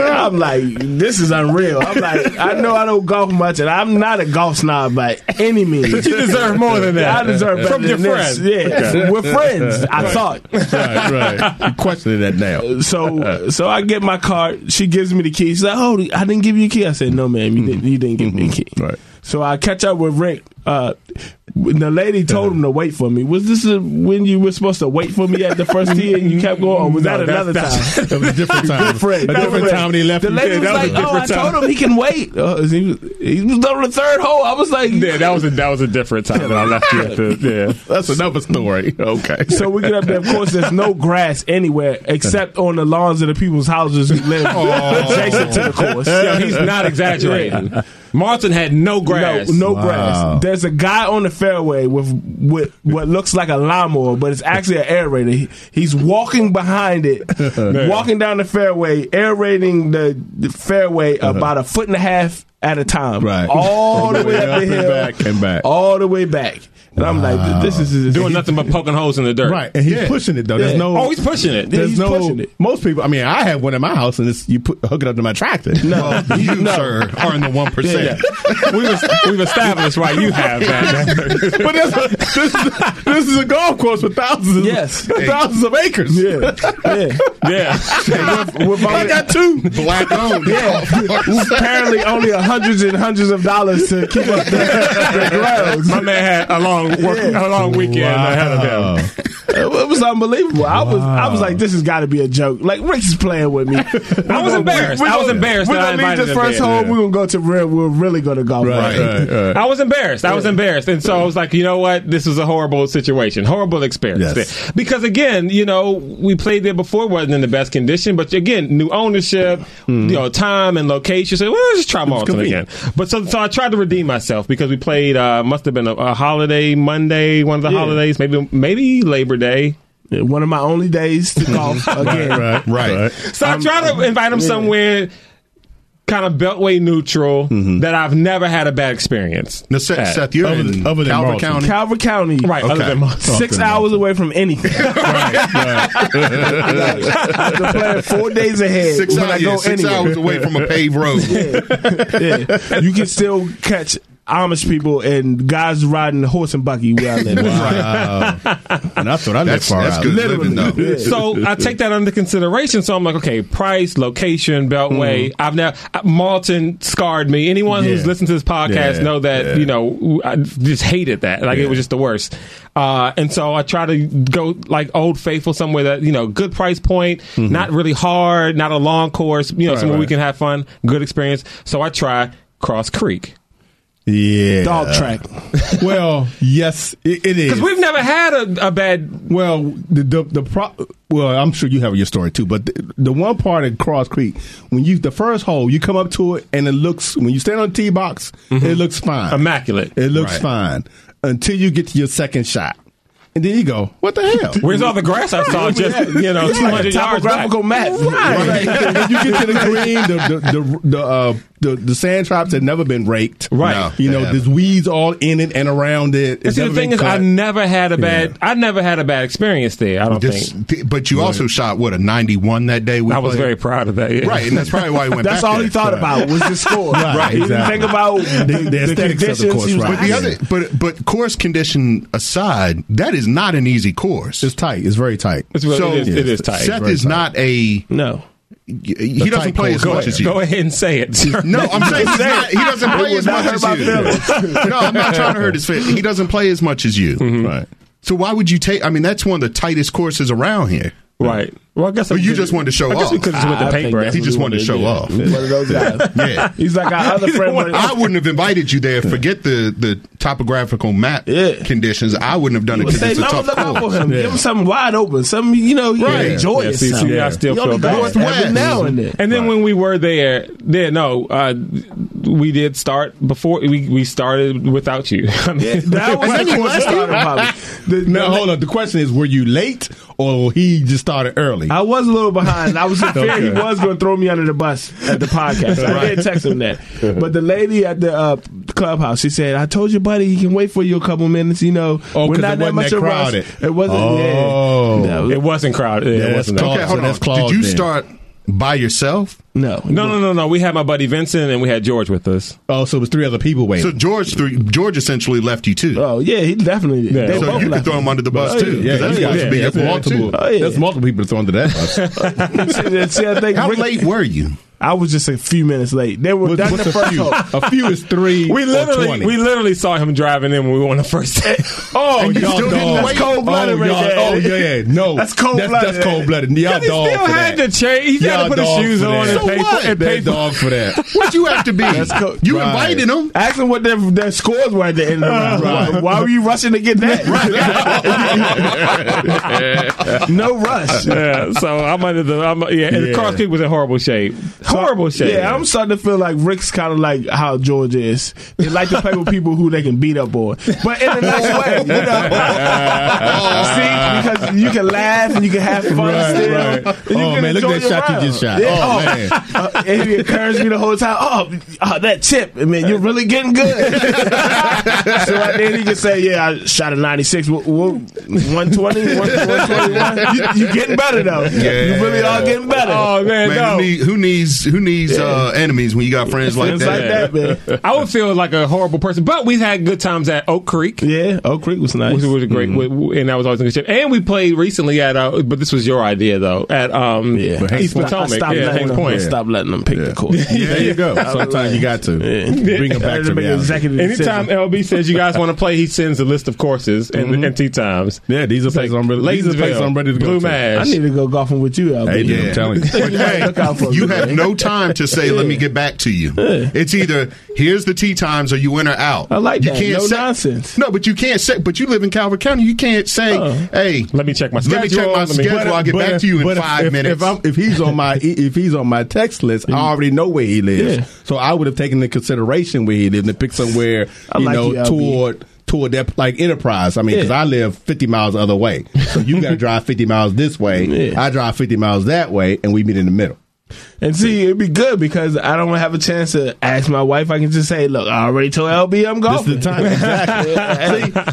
[SPEAKER 5] I'm like, this is unreal. I'm like, I know I don't golf much, and I'm not a golf snob by any means.
[SPEAKER 2] You deserve more than that.
[SPEAKER 5] I deserve better
[SPEAKER 2] from your
[SPEAKER 5] than this.
[SPEAKER 2] friends.
[SPEAKER 5] Yeah, we're friends. I thought
[SPEAKER 3] right, right. You're questioning that now.
[SPEAKER 5] so. So I get my card. She gives me the key. She's like, "Oh, I didn't give you a key." I said, "No, ma'am, you didn't. You didn't give
[SPEAKER 2] Mm-hmm.
[SPEAKER 5] me the key."
[SPEAKER 3] Right.
[SPEAKER 5] So I catch up with Rick. Uh, when the lady told him to wait for me. Was this a, when you were supposed to wait for me at the first tee and you kept going? Or was
[SPEAKER 2] No,
[SPEAKER 5] that
[SPEAKER 2] that's-
[SPEAKER 5] another time?
[SPEAKER 3] That was a different time.
[SPEAKER 5] Good friend.
[SPEAKER 3] A different time when he left.
[SPEAKER 5] The
[SPEAKER 3] you.
[SPEAKER 5] lady
[SPEAKER 3] Yeah,
[SPEAKER 5] was
[SPEAKER 3] that
[SPEAKER 5] like,
[SPEAKER 3] a
[SPEAKER 5] "Oh, I
[SPEAKER 3] different time.
[SPEAKER 5] told him he can wait." Uh, he, was, he was on the third hole. I was like,
[SPEAKER 2] Yeah, that was a that was a different time that I left you at the yeah.
[SPEAKER 3] (laughs) That's another story. Okay.
[SPEAKER 5] (laughs) So we get up there. Of course, there's no grass anywhere except on the lawns of the people's houses
[SPEAKER 3] (laughs)
[SPEAKER 5] who live
[SPEAKER 3] Oh.
[SPEAKER 5] adjacent to the course.
[SPEAKER 2] Yo, he's not
[SPEAKER 3] (laughs)
[SPEAKER 2] exaggerating. Martin had no grass.
[SPEAKER 5] No, no
[SPEAKER 3] Wow.
[SPEAKER 5] grass. There's a guy on the fairway with with what looks like a lawnmower, but it's actually an aerator. He, he's walking behind
[SPEAKER 3] (laughs)
[SPEAKER 5] it, walking down the fairway, aerating the, the fairway about a foot and a half at a time,
[SPEAKER 3] Uh-huh. Right.
[SPEAKER 5] all the way up the
[SPEAKER 3] and
[SPEAKER 5] hill,
[SPEAKER 3] back and back.
[SPEAKER 5] all the way back. And I'm like, this is this is-
[SPEAKER 2] doing nothing but poking holes in the dirt.
[SPEAKER 3] Right, and he's
[SPEAKER 4] Yeah.
[SPEAKER 3] pushing it though. There's
[SPEAKER 5] Yeah.
[SPEAKER 3] no
[SPEAKER 2] Always Oh, pushing it.
[SPEAKER 3] There's
[SPEAKER 5] He's
[SPEAKER 3] no
[SPEAKER 5] pushing it.
[SPEAKER 3] most people. I mean, I have one in my house, and it's you put, hook it up to my tractor. No,
[SPEAKER 4] Well, you, sir, are in the 1%.
[SPEAKER 2] we've, we've established why you have that.
[SPEAKER 3] but this, this, is, this is a golf course with thousands, of-
[SPEAKER 5] Yes.
[SPEAKER 3] thousands of acres.
[SPEAKER 5] (laughs) Yeah, yeah.
[SPEAKER 2] yeah.
[SPEAKER 3] I got two.
[SPEAKER 4] Black owned.
[SPEAKER 5] Apparently, only hundreds and hundreds of dollars to keep up the, the grounds.
[SPEAKER 4] Oh,
[SPEAKER 2] My man had a long work, a long weekend ahead of him.
[SPEAKER 5] It was was unbelievable. I was I was like, this has got to be a joke. Like Rick's is playing with me. I
[SPEAKER 2] was embarrassed. I was embarrassed
[SPEAKER 5] We're
[SPEAKER 2] that I
[SPEAKER 5] gonna leave
[SPEAKER 2] invited
[SPEAKER 5] this
[SPEAKER 2] him
[SPEAKER 5] first
[SPEAKER 2] there.
[SPEAKER 5] home. We're gonna go to real. We're really gonna go.
[SPEAKER 3] Right, right, right.
[SPEAKER 2] I was embarrassed. I was embarrassed. And so I was like, you know what? This is a horrible situation, horrible experience.
[SPEAKER 3] Yes.
[SPEAKER 2] Because again, you know, we played there before, wasn't in the best condition, but again, new ownership, you know, time and location. So well, let's just try Marlton again.
[SPEAKER 3] Hmm. convenient.
[SPEAKER 2] But so, so I tried to redeem myself because we played, uh, must have been a, a holiday, Monday, one of the holidays, maybe, maybe Labor Day.
[SPEAKER 5] Yeah, One of my only days
[SPEAKER 2] (laughs)
[SPEAKER 5] to golf again.
[SPEAKER 3] right,
[SPEAKER 4] Right.
[SPEAKER 2] So I try to invite him somewhere kind of beltway neutral
[SPEAKER 3] Mm-hmm.
[SPEAKER 2] that I've never had a bad experience.
[SPEAKER 4] Now, Seth,
[SPEAKER 2] at.
[SPEAKER 4] Seth, you're
[SPEAKER 3] Other than-
[SPEAKER 4] in
[SPEAKER 3] other than
[SPEAKER 4] Calvert
[SPEAKER 3] Marlton.
[SPEAKER 4] County.
[SPEAKER 5] Calvert County.
[SPEAKER 2] Right, other
[SPEAKER 4] Okay.
[SPEAKER 2] than Marlton.
[SPEAKER 5] Six
[SPEAKER 3] Something
[SPEAKER 5] hours away from anything.
[SPEAKER 2] (laughs)
[SPEAKER 5] (laughs) Like, the plan four days ahead.
[SPEAKER 4] six
[SPEAKER 5] when
[SPEAKER 4] hours,
[SPEAKER 5] I go
[SPEAKER 4] yeah, six
[SPEAKER 5] anywhere.
[SPEAKER 4] hours away from a paved road.
[SPEAKER 5] Yeah. You can still catch Amish people and guys riding horse and buggy where I live.
[SPEAKER 3] And I thought I lived
[SPEAKER 4] That's,
[SPEAKER 3] far
[SPEAKER 4] that's
[SPEAKER 3] out.
[SPEAKER 4] good living,
[SPEAKER 5] Literally.
[SPEAKER 4] though.
[SPEAKER 2] so I take that under consideration. So I'm like, okay, price, location, Beltway. I've now I- Marlton scarred me. Anyone who's
[SPEAKER 3] Mm-hmm. Yeah.
[SPEAKER 2] listened to this podcast
[SPEAKER 3] Yeah,
[SPEAKER 2] know that
[SPEAKER 3] yeah.
[SPEAKER 2] you know I just hated that. Like it was just the worst. Uh, and so I try to go like Old Faithful somewhere that you know good price point, not really hard, not a long course. You know, somewhere we
[SPEAKER 3] Mm-hmm. right.
[SPEAKER 2] can have fun, good experience. So I try Cross Creek.
[SPEAKER 3] Yeah.
[SPEAKER 5] Dog track.
[SPEAKER 3] Well, yes, it, it is.
[SPEAKER 2] Because we've never had a, a bad.
[SPEAKER 3] Well, the the, the pro, well, I'm sure you have your story too, but the, the one part at Cross Creek when you the first hole, you come up to it and it looks when you stand on the tee box,
[SPEAKER 5] Mm-hmm.
[SPEAKER 3] it looks fine,
[SPEAKER 2] Immaculate.
[SPEAKER 3] It looks
[SPEAKER 4] Right.
[SPEAKER 3] fine until you get to your second shot, and then you go, "What the hell?"
[SPEAKER 2] Where's all the grass I saw? Just you know, two hundred yards back.
[SPEAKER 5] Topographical map.
[SPEAKER 3] Right. when you get to the green, the the the the, uh, the, the sand traps had never been raked.
[SPEAKER 2] Right.
[SPEAKER 4] No,
[SPEAKER 3] You
[SPEAKER 4] they
[SPEAKER 3] know,
[SPEAKER 4] haven't.
[SPEAKER 3] there's weeds all in it and around it.
[SPEAKER 2] And
[SPEAKER 3] It's
[SPEAKER 2] see, the
[SPEAKER 3] never been
[SPEAKER 2] thing is, I
[SPEAKER 3] cut.
[SPEAKER 2] never had a bad. I never had a bad experience there. I don't
[SPEAKER 4] This-
[SPEAKER 2] think.
[SPEAKER 4] th- but you also shot what a 91 that day. We
[SPEAKER 2] I was
[SPEAKER 4] played?
[SPEAKER 2] very proud of that. yeah.
[SPEAKER 4] right, and that's probably why he went.
[SPEAKER 5] (laughs) That's
[SPEAKER 4] back
[SPEAKER 5] all
[SPEAKER 4] there.
[SPEAKER 5] he thought about was the score.
[SPEAKER 3] Right,
[SPEAKER 5] He didn't
[SPEAKER 3] exactly.
[SPEAKER 5] think about the,
[SPEAKER 3] the aesthetics
[SPEAKER 5] the
[SPEAKER 3] of the
[SPEAKER 5] conditions.
[SPEAKER 3] course,
[SPEAKER 5] He was
[SPEAKER 3] right.
[SPEAKER 5] like,
[SPEAKER 4] But the
[SPEAKER 5] "Ah,
[SPEAKER 4] other, but but course condition aside, that is not an easy course.
[SPEAKER 3] It's tight. It's very tight.
[SPEAKER 2] (laughs) It's really, it, is, it is tight.
[SPEAKER 4] Seth
[SPEAKER 3] very
[SPEAKER 4] is
[SPEAKER 3] tight.
[SPEAKER 4] not a.
[SPEAKER 5] No.
[SPEAKER 4] He doesn't
[SPEAKER 3] tight
[SPEAKER 4] play
[SPEAKER 3] course
[SPEAKER 4] as
[SPEAKER 2] go,
[SPEAKER 4] much as
[SPEAKER 2] ahead,
[SPEAKER 4] you.
[SPEAKER 2] go ahead and say it. sir.
[SPEAKER 4] (laughs)
[SPEAKER 2] (laughs)
[SPEAKER 4] No, I'm saying he's not, he doesn't play
[SPEAKER 5] will
[SPEAKER 4] as
[SPEAKER 5] not
[SPEAKER 4] much
[SPEAKER 5] hurt
[SPEAKER 4] as
[SPEAKER 5] my
[SPEAKER 4] you. no, I'm not trying to hurt his feelings. He doesn't play as much as you.
[SPEAKER 2] Mm-hmm.
[SPEAKER 3] Right.
[SPEAKER 4] So why would you take? I mean, that's one of the tightest courses around here.
[SPEAKER 2] right. Well, I guess.
[SPEAKER 4] But
[SPEAKER 2] we
[SPEAKER 4] you
[SPEAKER 2] could-
[SPEAKER 4] just wanted to show
[SPEAKER 2] I guess we
[SPEAKER 4] off.
[SPEAKER 2] could have just went
[SPEAKER 5] I
[SPEAKER 2] to
[SPEAKER 5] think
[SPEAKER 2] paintbrush.
[SPEAKER 5] that's
[SPEAKER 4] He just
[SPEAKER 5] what
[SPEAKER 4] wanted to
[SPEAKER 5] we
[SPEAKER 4] show
[SPEAKER 5] did. One of those guys.
[SPEAKER 2] (laughs)
[SPEAKER 4] Yeah.
[SPEAKER 5] He's like our other friend.
[SPEAKER 2] want-
[SPEAKER 5] went-
[SPEAKER 4] I wouldn't have invited you there. Forget the, the topographical map
[SPEAKER 5] Yeah.
[SPEAKER 4] conditions. I wouldn't have done it
[SPEAKER 5] Well,
[SPEAKER 4] because
[SPEAKER 5] say,
[SPEAKER 4] it's a
[SPEAKER 5] no,
[SPEAKER 4] tough
[SPEAKER 5] look out for
[SPEAKER 4] course.
[SPEAKER 5] him. Give him something wide open. Something, you know, you
[SPEAKER 4] Right.
[SPEAKER 5] enjoy
[SPEAKER 2] Yeah, see,
[SPEAKER 5] yourself.
[SPEAKER 2] see, I still
[SPEAKER 5] You
[SPEAKER 2] feel
[SPEAKER 5] only
[SPEAKER 2] bad.
[SPEAKER 5] go every
[SPEAKER 4] Northwest.
[SPEAKER 5] now and then.
[SPEAKER 2] And then when we were there, there no, uh, we did start before we, we started without you. (laughs) I mean,
[SPEAKER 5] That was
[SPEAKER 4] then
[SPEAKER 5] the
[SPEAKER 4] you
[SPEAKER 5] course
[SPEAKER 4] left.
[SPEAKER 5] starter, probably. The-
[SPEAKER 3] Now hold on. The question is, were you late or he just started early?
[SPEAKER 5] I was a little
[SPEAKER 3] (laughs)
[SPEAKER 5] behind. I was in fear he
[SPEAKER 3] Okay.
[SPEAKER 5] was going to throw me under the bus at the podcast. I did text
[SPEAKER 3] (laughs)
[SPEAKER 5] him that. But the lady at the uh, clubhouse, she said, "I told your buddy he can wait for you a couple minutes. You know,
[SPEAKER 3] Oh,
[SPEAKER 5] we're
[SPEAKER 3] 'cause
[SPEAKER 5] not
[SPEAKER 3] it wasn't
[SPEAKER 5] that much
[SPEAKER 3] that
[SPEAKER 5] of a rush."
[SPEAKER 3] crowded.
[SPEAKER 5] It wasn't.
[SPEAKER 3] Oh.
[SPEAKER 5] yeah. No,
[SPEAKER 2] it wasn't crowded. Yeah, it
[SPEAKER 3] that's
[SPEAKER 2] wasn't.
[SPEAKER 3] cool.
[SPEAKER 2] that-
[SPEAKER 4] Okay,
[SPEAKER 3] So
[SPEAKER 4] hold
[SPEAKER 3] that's
[SPEAKER 4] on.
[SPEAKER 3] Claude
[SPEAKER 4] Did you
[SPEAKER 3] then.
[SPEAKER 4] start by yourself?
[SPEAKER 5] no,
[SPEAKER 2] No, no, no, no. We had my buddy Vincent and we had George with us.
[SPEAKER 3] oh, so it was three other people
[SPEAKER 4] So
[SPEAKER 3] waiting.
[SPEAKER 4] George three, George essentially left you too.
[SPEAKER 5] Oh yeah, he definitely did.
[SPEAKER 2] Yeah.
[SPEAKER 5] They
[SPEAKER 4] so
[SPEAKER 5] both
[SPEAKER 4] you could
[SPEAKER 5] left
[SPEAKER 4] throw
[SPEAKER 5] me.
[SPEAKER 4] him under the bus
[SPEAKER 5] Oh,
[SPEAKER 4] too. 'cause
[SPEAKER 3] yeah,
[SPEAKER 4] that's
[SPEAKER 3] yeah,
[SPEAKER 4] supposed
[SPEAKER 3] yeah,
[SPEAKER 4] to be
[SPEAKER 3] yeah,
[SPEAKER 4] your fault
[SPEAKER 3] multiple.
[SPEAKER 4] too.
[SPEAKER 5] Oh, yeah.
[SPEAKER 3] That's multiple people to throw under that bus.
[SPEAKER 5] (laughs) See, see, I think
[SPEAKER 4] How
[SPEAKER 5] Rick-
[SPEAKER 4] late were you?
[SPEAKER 5] I was just a few minutes late. They were
[SPEAKER 3] What-
[SPEAKER 5] (laughs) that's
[SPEAKER 3] what's
[SPEAKER 5] the
[SPEAKER 3] a
[SPEAKER 5] first
[SPEAKER 3] few?
[SPEAKER 5] hole.
[SPEAKER 3] A few is three.
[SPEAKER 2] We
[SPEAKER 3] or Oh,
[SPEAKER 2] literally
[SPEAKER 3] 20.
[SPEAKER 2] we literally saw him driving in when we were on the first day.
[SPEAKER 3] Oh,
[SPEAKER 4] And you
[SPEAKER 3] y'all
[SPEAKER 4] still didn't
[SPEAKER 3] dogs.
[SPEAKER 4] wait?
[SPEAKER 5] Cold-blooded
[SPEAKER 3] oh,
[SPEAKER 5] right
[SPEAKER 3] y'all-
[SPEAKER 5] there.
[SPEAKER 3] Oh, yeah, yeah. No.
[SPEAKER 5] (laughs) That's cold-blooded.
[SPEAKER 3] That's, cold blooded. Y'all
[SPEAKER 2] he
[SPEAKER 3] dog
[SPEAKER 2] still
[SPEAKER 3] for
[SPEAKER 2] had
[SPEAKER 3] that.
[SPEAKER 2] to change. He had
[SPEAKER 3] Y'all
[SPEAKER 2] to put his
[SPEAKER 3] dog
[SPEAKER 2] shoes
[SPEAKER 3] for
[SPEAKER 2] on
[SPEAKER 3] that.
[SPEAKER 2] and
[SPEAKER 4] So
[SPEAKER 2] pay
[SPEAKER 4] what?
[SPEAKER 2] for and
[SPEAKER 3] They're
[SPEAKER 2] pay for.
[SPEAKER 3] dog for that.
[SPEAKER 4] What'd you have to be?
[SPEAKER 5] co-
[SPEAKER 4] you
[SPEAKER 3] right.
[SPEAKER 4] invited him.
[SPEAKER 5] Ask them what their, their scores were at the end of the round.
[SPEAKER 3] Right.
[SPEAKER 5] Why were you rushing to get that? (laughs) no
[SPEAKER 2] (laughs)
[SPEAKER 5] rush.
[SPEAKER 2] Yeah, so I'm under the. I'm, yeah, and the
[SPEAKER 3] Yeah.
[SPEAKER 2] Cross Creek was in horrible shape. Horrible shape.
[SPEAKER 5] Yeah, I'm starting to feel like Rick's kind of like how George is. They like to play with people who they can beat up on, but in a nice way, you know. See, because you can laugh and you can have fun
[SPEAKER 3] Right,
[SPEAKER 5] still.
[SPEAKER 3] right.
[SPEAKER 5] and you
[SPEAKER 3] Oh,
[SPEAKER 5] can
[SPEAKER 3] man, look at
[SPEAKER 5] enjoy
[SPEAKER 3] that
[SPEAKER 5] your
[SPEAKER 3] shot you
[SPEAKER 5] round.
[SPEAKER 3] just shot.
[SPEAKER 5] Yeah.
[SPEAKER 3] Oh, man.
[SPEAKER 5] Uh, and he encouraged me the whole time. Oh, oh that chip, I mean, you're really getting good. (laughs) so I, then he can say, "Yeah, I shot a 96, wo- wo- 120, 121." You, you getting better though. You really are getting better.
[SPEAKER 2] Oh man,
[SPEAKER 4] Man,
[SPEAKER 2] no.
[SPEAKER 4] who, need, who needs needs who needs uh, enemies when you got friends like
[SPEAKER 5] Friends like
[SPEAKER 4] that?
[SPEAKER 5] that, man.
[SPEAKER 2] I would feel like a horrible person, but we've had good times at Oak Creek.
[SPEAKER 5] Yeah, Oak Creek was nice.
[SPEAKER 2] Which was a great, and that was always in good shape. And we played recently at, uh, but this was your idea though, at um,
[SPEAKER 5] Yeah,
[SPEAKER 2] East
[SPEAKER 5] I
[SPEAKER 2] Potomac,
[SPEAKER 5] stopped
[SPEAKER 2] yeah, Hanks
[SPEAKER 5] letting them-
[SPEAKER 2] Point.
[SPEAKER 5] I stopped letting them pick the court.
[SPEAKER 3] there
[SPEAKER 4] (laughs)
[SPEAKER 3] you go. Sometimes you got to bring them back to
[SPEAKER 5] Everybody
[SPEAKER 3] reality.
[SPEAKER 5] executive
[SPEAKER 2] Anytime
[SPEAKER 5] decision.
[SPEAKER 2] LB says you guys want to play, he sends a list of courses and, and tea times.
[SPEAKER 3] Yeah, these are places I'm ready. These are places
[SPEAKER 2] Lazyville,
[SPEAKER 3] I'm ready to go
[SPEAKER 2] Blue
[SPEAKER 3] to.
[SPEAKER 2] Mash.
[SPEAKER 5] I need to go golfing with you,
[SPEAKER 3] Hey,
[SPEAKER 5] LB. (laughs)
[SPEAKER 3] dude, I'm telling you.
[SPEAKER 4] But hey, you have no time to say, "Let me get back to you." It's either here's the tea times, or you in or out.
[SPEAKER 5] I like
[SPEAKER 4] you
[SPEAKER 5] that. No
[SPEAKER 4] say,
[SPEAKER 5] nonsense. Uh-uh.
[SPEAKER 4] No, but you can't say. But you live in Calvert County. You can't say, "Hey,
[SPEAKER 2] Let me check my
[SPEAKER 4] Let me check
[SPEAKER 2] schedule,
[SPEAKER 4] my
[SPEAKER 2] let me-
[SPEAKER 4] schedule. I'll get
[SPEAKER 3] But-
[SPEAKER 4] back to you in
[SPEAKER 3] but if-
[SPEAKER 4] five
[SPEAKER 3] if,
[SPEAKER 4] minutes."
[SPEAKER 3] If, I'm, if he's
[SPEAKER 4] (laughs)
[SPEAKER 3] on my if he's on my text list, I already know where he lives.
[SPEAKER 5] Yeah.
[SPEAKER 3] So I would have taken into consideration where he lives and picked somewhere
[SPEAKER 5] I
[SPEAKER 3] you
[SPEAKER 5] like
[SPEAKER 3] know
[SPEAKER 5] you, LB.
[SPEAKER 3] toward toward that like enterprise. I mean, because
[SPEAKER 5] Yeah.
[SPEAKER 3] I live fifty miles the other way, so
[SPEAKER 4] (laughs)
[SPEAKER 3] you got to drive fifty miles this way.
[SPEAKER 5] Yeah.
[SPEAKER 3] I drive fifty miles that way, and we meet in the middle.
[SPEAKER 5] And see, it'd be good because I don't have a chance to ask my wife. I can just say, "Look, I already told LB I'm
[SPEAKER 3] This
[SPEAKER 5] golfing."
[SPEAKER 3] is the
[SPEAKER 5] (laughs)
[SPEAKER 3] time. Exactly.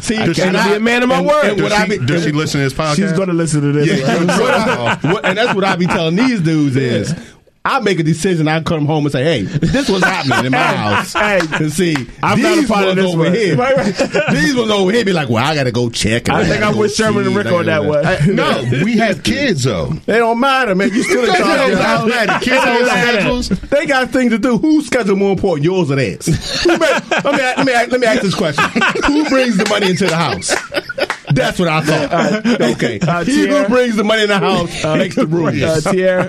[SPEAKER 4] (laughs)
[SPEAKER 3] see, see,
[SPEAKER 4] Does she
[SPEAKER 3] and
[SPEAKER 4] not-
[SPEAKER 3] I- and- and
[SPEAKER 4] Does
[SPEAKER 3] what
[SPEAKER 4] she,
[SPEAKER 3] I be-
[SPEAKER 4] does she listen to this podcast?
[SPEAKER 5] She's going to listen to this.
[SPEAKER 4] Yeah.
[SPEAKER 5] (laughs) right?
[SPEAKER 3] what I- what- and that's what I be telling these dudes is. I make a decision. I come home and say, "Hey, this was happening
[SPEAKER 5] (laughs)
[SPEAKER 3] in my house."
[SPEAKER 5] Hey, (laughs)
[SPEAKER 3] and see,
[SPEAKER 5] I'm
[SPEAKER 3] these
[SPEAKER 5] not a part
[SPEAKER 3] ones
[SPEAKER 5] of this
[SPEAKER 3] over
[SPEAKER 5] one.
[SPEAKER 3] here.
[SPEAKER 5] Right, right.
[SPEAKER 3] (laughs) these ones over here be like, "Well, I got to go check." and
[SPEAKER 5] I think
[SPEAKER 3] gotta
[SPEAKER 5] I'm
[SPEAKER 3] go
[SPEAKER 5] with Sherman
[SPEAKER 3] see,
[SPEAKER 5] and Rick
[SPEAKER 3] I gotta
[SPEAKER 5] on
[SPEAKER 3] go
[SPEAKER 5] that
[SPEAKER 3] do
[SPEAKER 5] one.
[SPEAKER 4] I-
[SPEAKER 5] (laughs)
[SPEAKER 4] no, we have kids though.
[SPEAKER 3] They don't matter, man. You (laughs) still in
[SPEAKER 4] Kids
[SPEAKER 3] charge of
[SPEAKER 4] don't
[SPEAKER 3] your house.
[SPEAKER 4] matter. Kids
[SPEAKER 5] (laughs)
[SPEAKER 4] don't matter.
[SPEAKER 3] They got things to do. Whose schedule more important, yours or theirs? Who ma- (laughs) let, me, let, me, let me ask this question: Who brings the money into the house? That's what I thought. okay,
[SPEAKER 5] uh,
[SPEAKER 3] he who
[SPEAKER 5] Tierra-
[SPEAKER 3] brings the money in the house makes the rules.
[SPEAKER 5] Uh, Tierra,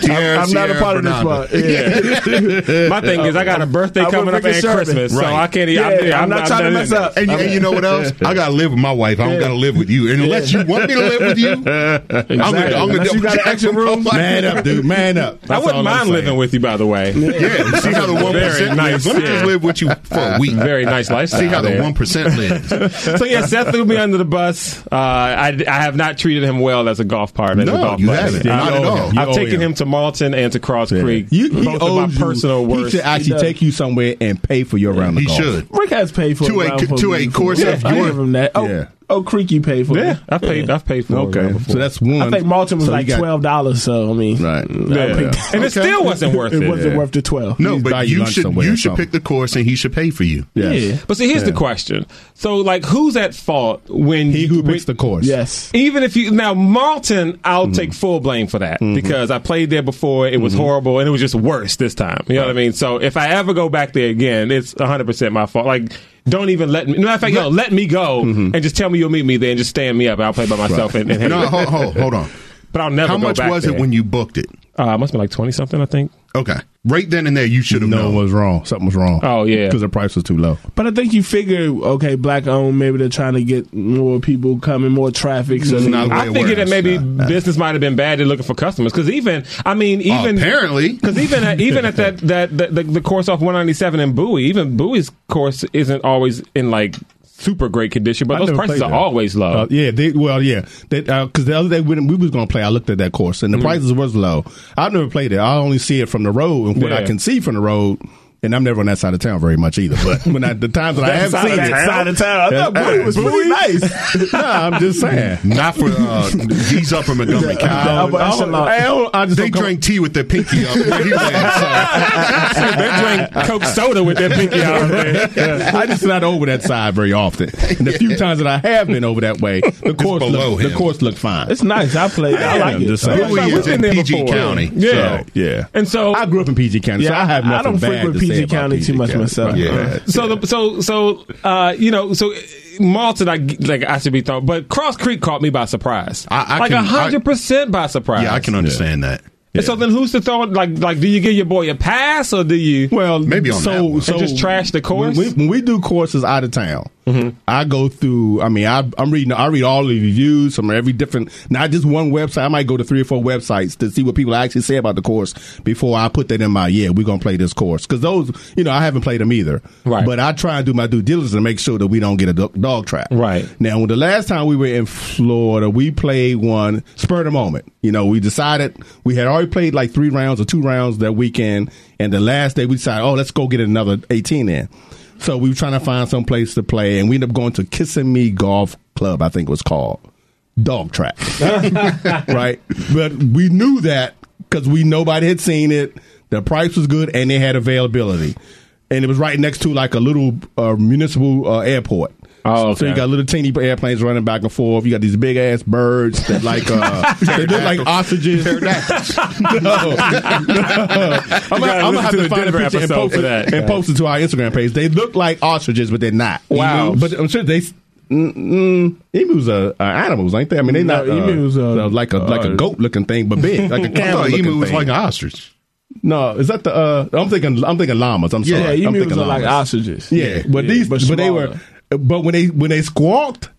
[SPEAKER 4] Tierra,
[SPEAKER 5] I'm, I'm not a
[SPEAKER 4] Sierra,
[SPEAKER 5] part
[SPEAKER 4] Bernardo.
[SPEAKER 5] of this one. Yeah.
[SPEAKER 2] My thing is, I got a birthday
[SPEAKER 5] I'm
[SPEAKER 2] coming
[SPEAKER 5] with
[SPEAKER 2] up and
[SPEAKER 5] Rick and Sherman.
[SPEAKER 2] Christmas, so
[SPEAKER 4] Right.
[SPEAKER 2] I can't.
[SPEAKER 5] Yeah,
[SPEAKER 2] I'm,
[SPEAKER 5] I'm, not trying to
[SPEAKER 2] not
[SPEAKER 5] mess
[SPEAKER 2] in it.
[SPEAKER 5] up.
[SPEAKER 4] And, you-
[SPEAKER 5] I'm-
[SPEAKER 4] and you know what else? I gotta live with my wife. I don't gotta live with you. And unless you want me to live with you, I'm gonna- I'm gonna.
[SPEAKER 5] Unless you got an
[SPEAKER 4] double-check
[SPEAKER 5] extra
[SPEAKER 4] with
[SPEAKER 5] room.
[SPEAKER 4] my wife.
[SPEAKER 3] Man up, dude. Man up.
[SPEAKER 2] I wouldn't mind living with you, by the way.
[SPEAKER 4] Yeah, you see how the
[SPEAKER 2] Very
[SPEAKER 4] one percent
[SPEAKER 2] nice,
[SPEAKER 4] lives. Let me
[SPEAKER 2] yeah.
[SPEAKER 4] just live with you for a week.
[SPEAKER 2] Very nice lifestyle.
[SPEAKER 4] See how the
[SPEAKER 2] there.
[SPEAKER 4] one percent (laughs) lives.
[SPEAKER 2] so yeah, Seth threw me under the bus. Uh, I, I have not treated him well as a golf partner. as a
[SPEAKER 4] No,
[SPEAKER 2] golf
[SPEAKER 4] you
[SPEAKER 2] buddy.
[SPEAKER 4] haven't. Yeah, Not
[SPEAKER 3] Oh, you at owe all. him. You
[SPEAKER 2] I've
[SPEAKER 3] owe
[SPEAKER 2] taken
[SPEAKER 3] him.
[SPEAKER 2] him to Marlton and to Cross Creek.
[SPEAKER 3] You, he
[SPEAKER 2] both of
[SPEAKER 3] owes
[SPEAKER 2] my personal
[SPEAKER 3] you.
[SPEAKER 2] worst.
[SPEAKER 3] He should actually
[SPEAKER 5] does.
[SPEAKER 3] take you somewhere and pay for your round of
[SPEAKER 4] He
[SPEAKER 3] golf.
[SPEAKER 4] should.
[SPEAKER 5] Rick has paid for
[SPEAKER 4] To a-
[SPEAKER 5] round for
[SPEAKER 4] to a
[SPEAKER 5] me.
[SPEAKER 4] course
[SPEAKER 5] yeah,
[SPEAKER 4] of
[SPEAKER 5] I
[SPEAKER 4] your-
[SPEAKER 5] give him that. Oh,
[SPEAKER 3] Yeah.
[SPEAKER 5] oh, Creek, you paid for it.
[SPEAKER 2] yeah, I've paid. I've paid for it.
[SPEAKER 3] Okay,
[SPEAKER 2] before.
[SPEAKER 3] so that's one.
[SPEAKER 5] I think Malton was
[SPEAKER 3] So you
[SPEAKER 5] like
[SPEAKER 3] got-
[SPEAKER 5] twelve dollars. So I mean,
[SPEAKER 3] Right.
[SPEAKER 5] I
[SPEAKER 2] Yeah.
[SPEAKER 5] picked-
[SPEAKER 2] And it still wasn't worth it.
[SPEAKER 5] it wasn't worth the twelve.
[SPEAKER 4] No,
[SPEAKER 3] He's buy
[SPEAKER 4] but
[SPEAKER 3] you
[SPEAKER 4] you
[SPEAKER 3] lunch
[SPEAKER 4] should
[SPEAKER 3] somewhere or
[SPEAKER 4] you should
[SPEAKER 3] something.
[SPEAKER 4] pick the course and he should pay for you.
[SPEAKER 5] Yeah.
[SPEAKER 3] Yes.
[SPEAKER 2] But see, here's the question. So, like, who's at fault when
[SPEAKER 3] He who
[SPEAKER 2] when-
[SPEAKER 3] picks the course.
[SPEAKER 5] Yes.
[SPEAKER 2] (laughs) Even if you now Marlton, I'll take full blame for that because I played there before. It was horrible, and it was just worse this time. You know what I mean? So if I ever go back there again, it's 100 percent my fault. Like, don't even let me. No, matter of fact, no, let me go and just tell me you'll meet me there and just stand me up. I'll play by myself and, and hang
[SPEAKER 4] (laughs) No,
[SPEAKER 2] out.
[SPEAKER 4] hold, hold, hold on.
[SPEAKER 2] But I'll never.
[SPEAKER 4] How much was it when you booked it?
[SPEAKER 2] Uh, it must have been like 20 something, I think.
[SPEAKER 4] Okay, right then and there, you should have
[SPEAKER 3] No,
[SPEAKER 4] known.
[SPEAKER 3] it was wrong. Something was wrong.
[SPEAKER 2] Oh, yeah.
[SPEAKER 3] because the price was too low.
[SPEAKER 5] But I think you figure, okay, black owned, maybe they're trying to get more people coming, more traffic. So they-
[SPEAKER 4] Not-
[SPEAKER 2] I
[SPEAKER 4] Way
[SPEAKER 2] figured that
[SPEAKER 4] worse.
[SPEAKER 2] maybe business might have been bad at looking for customers because even I mean even
[SPEAKER 4] Oh, Apparently,
[SPEAKER 2] Because even at, even at that that, that the, the course off 197 in Bowie, even Bowie's course isn't always in like super great condition, but
[SPEAKER 3] I
[SPEAKER 2] those
[SPEAKER 3] never
[SPEAKER 2] prices
[SPEAKER 3] played
[SPEAKER 2] are
[SPEAKER 3] there.
[SPEAKER 2] always low.
[SPEAKER 5] Oh.
[SPEAKER 3] Uh, yeah, they, well, yeah, because uh 'cause the other day when we was gonna play, I looked at that course and
[SPEAKER 5] Mm-hmm.
[SPEAKER 3] the prices was low. I've never played it. I only see it from the road, and what I
[SPEAKER 2] Yeah.
[SPEAKER 3] can see from the road, and I'm never on that side of town very much either. But when I, the times that I have
[SPEAKER 5] That
[SPEAKER 3] seen it,
[SPEAKER 5] side of town. I thought Bowie was
[SPEAKER 3] (laughs)
[SPEAKER 5] pretty nice.
[SPEAKER 3] nah, I'm just saying.
[SPEAKER 4] not for uh, these upper Montgomery
[SPEAKER 5] The
[SPEAKER 4] county.
[SPEAKER 5] upper
[SPEAKER 3] I don't-
[SPEAKER 5] echelon.
[SPEAKER 3] I don't- I just
[SPEAKER 4] They
[SPEAKER 3] don't come-
[SPEAKER 4] drink tea with their pinky up. everywhere.
[SPEAKER 2] they drink Coke soda with their pinky out. of there.
[SPEAKER 3] (laughs) I just not over that side very often. And the
[SPEAKER 5] (laughs)
[SPEAKER 3] few times that I have been over that way, the course
[SPEAKER 4] below
[SPEAKER 3] looked, the
[SPEAKER 4] him.
[SPEAKER 3] course looked fine.
[SPEAKER 5] It's nice. I played. it. I
[SPEAKER 3] Yeah,
[SPEAKER 5] like
[SPEAKER 3] I'm
[SPEAKER 5] it.
[SPEAKER 3] just
[SPEAKER 5] I
[SPEAKER 3] saying.
[SPEAKER 5] like
[SPEAKER 4] Bowie
[SPEAKER 5] it.
[SPEAKER 4] is in
[SPEAKER 2] there
[SPEAKER 4] PG
[SPEAKER 2] before.
[SPEAKER 4] County.
[SPEAKER 2] Yeah.
[SPEAKER 4] Yeah.
[SPEAKER 3] yeah.
[SPEAKER 2] And so
[SPEAKER 3] I grew up in PG County, so I have
[SPEAKER 5] I
[SPEAKER 3] nothing
[SPEAKER 5] don't
[SPEAKER 3] bad
[SPEAKER 5] frequent
[SPEAKER 3] to say
[SPEAKER 5] PG
[SPEAKER 3] about
[SPEAKER 5] County
[SPEAKER 3] PG
[SPEAKER 5] too much
[SPEAKER 3] County.
[SPEAKER 5] myself.
[SPEAKER 4] Yeah.
[SPEAKER 2] So the so so uh you know so Malton I like I should be thought but Cross Creek caught me by surprise
[SPEAKER 4] I- I
[SPEAKER 2] like
[SPEAKER 4] can-
[SPEAKER 2] hundred percent by surprise
[SPEAKER 4] Yeah, I can understand that.
[SPEAKER 2] and so then who's to throw it? like like do you give your boy a pass or do you
[SPEAKER 3] Well,
[SPEAKER 4] Maybe on
[SPEAKER 3] so,
[SPEAKER 4] that one.
[SPEAKER 3] so
[SPEAKER 2] And just trash the course? Mm-hmm.
[SPEAKER 3] When we, when we do courses out of town, I go through. I mean, I, I'm reading. I read all the reviews from every different, not just one website. I might go to three or four websites to see what people actually say about the course before I put that in my. Yeah, we're gonna play this course because those, you know, I haven't played them either.
[SPEAKER 2] Right.
[SPEAKER 3] But I try and do my due diligence to make sure that we don't get a do- dog trap.
[SPEAKER 2] Right.
[SPEAKER 3] Now, when the last time we were in Florida, we played one spur of the moment. You know, we decided we had already played like three rounds or two rounds that weekend, and the last day we decided, oh, let's go get another eighteen in. So we were trying to find some place to play, and we ended up going to Kissimmee Golf Club, I think it was called Dog (laughs) Track, right? But we knew that because we nobody had seen it. The price was good, and they had availability, and it was right next to like a little uh, municipal uh, airport.
[SPEAKER 5] Oh,
[SPEAKER 3] So you
[SPEAKER 5] okay.
[SPEAKER 3] got little teeny airplanes running back and forth. You got these big ass birds that like
[SPEAKER 2] (laughs)
[SPEAKER 3] uh, they look like ostriches. no, (laughs) no. I'm,
[SPEAKER 2] gotta
[SPEAKER 3] gonna
[SPEAKER 2] listen
[SPEAKER 3] have
[SPEAKER 2] to
[SPEAKER 3] to
[SPEAKER 2] the
[SPEAKER 3] find a
[SPEAKER 2] Denver
[SPEAKER 3] picture and
[SPEAKER 2] episode
[SPEAKER 3] post,
[SPEAKER 2] for
[SPEAKER 3] it,
[SPEAKER 2] that.
[SPEAKER 3] and post it to our Instagram page. They look like ostriches, but they're not.
[SPEAKER 5] Wow.
[SPEAKER 3] But I'm sure they. Mm, mm, emus are, are animals, ain't they? I mean, they're
[SPEAKER 5] No,
[SPEAKER 3] not uh,
[SPEAKER 5] emus are-
[SPEAKER 3] they're like a like a
[SPEAKER 5] are-
[SPEAKER 3] goat looking thing, but big, like a
[SPEAKER 4] I
[SPEAKER 3] camel
[SPEAKER 4] thought
[SPEAKER 3] looking
[SPEAKER 4] emu was
[SPEAKER 3] thing.
[SPEAKER 4] like an ostrich.
[SPEAKER 3] no, is that the? Uh, I'm thinking I'm thinking llamas. I'm
[SPEAKER 5] Yeah,
[SPEAKER 3] sorry, I'm
[SPEAKER 5] emus
[SPEAKER 3] thinking
[SPEAKER 5] are like
[SPEAKER 3] llamas.
[SPEAKER 5] ostriches.
[SPEAKER 3] Yeah, but these, but, they
[SPEAKER 5] smaller.
[SPEAKER 3] were, but when they when they squawked,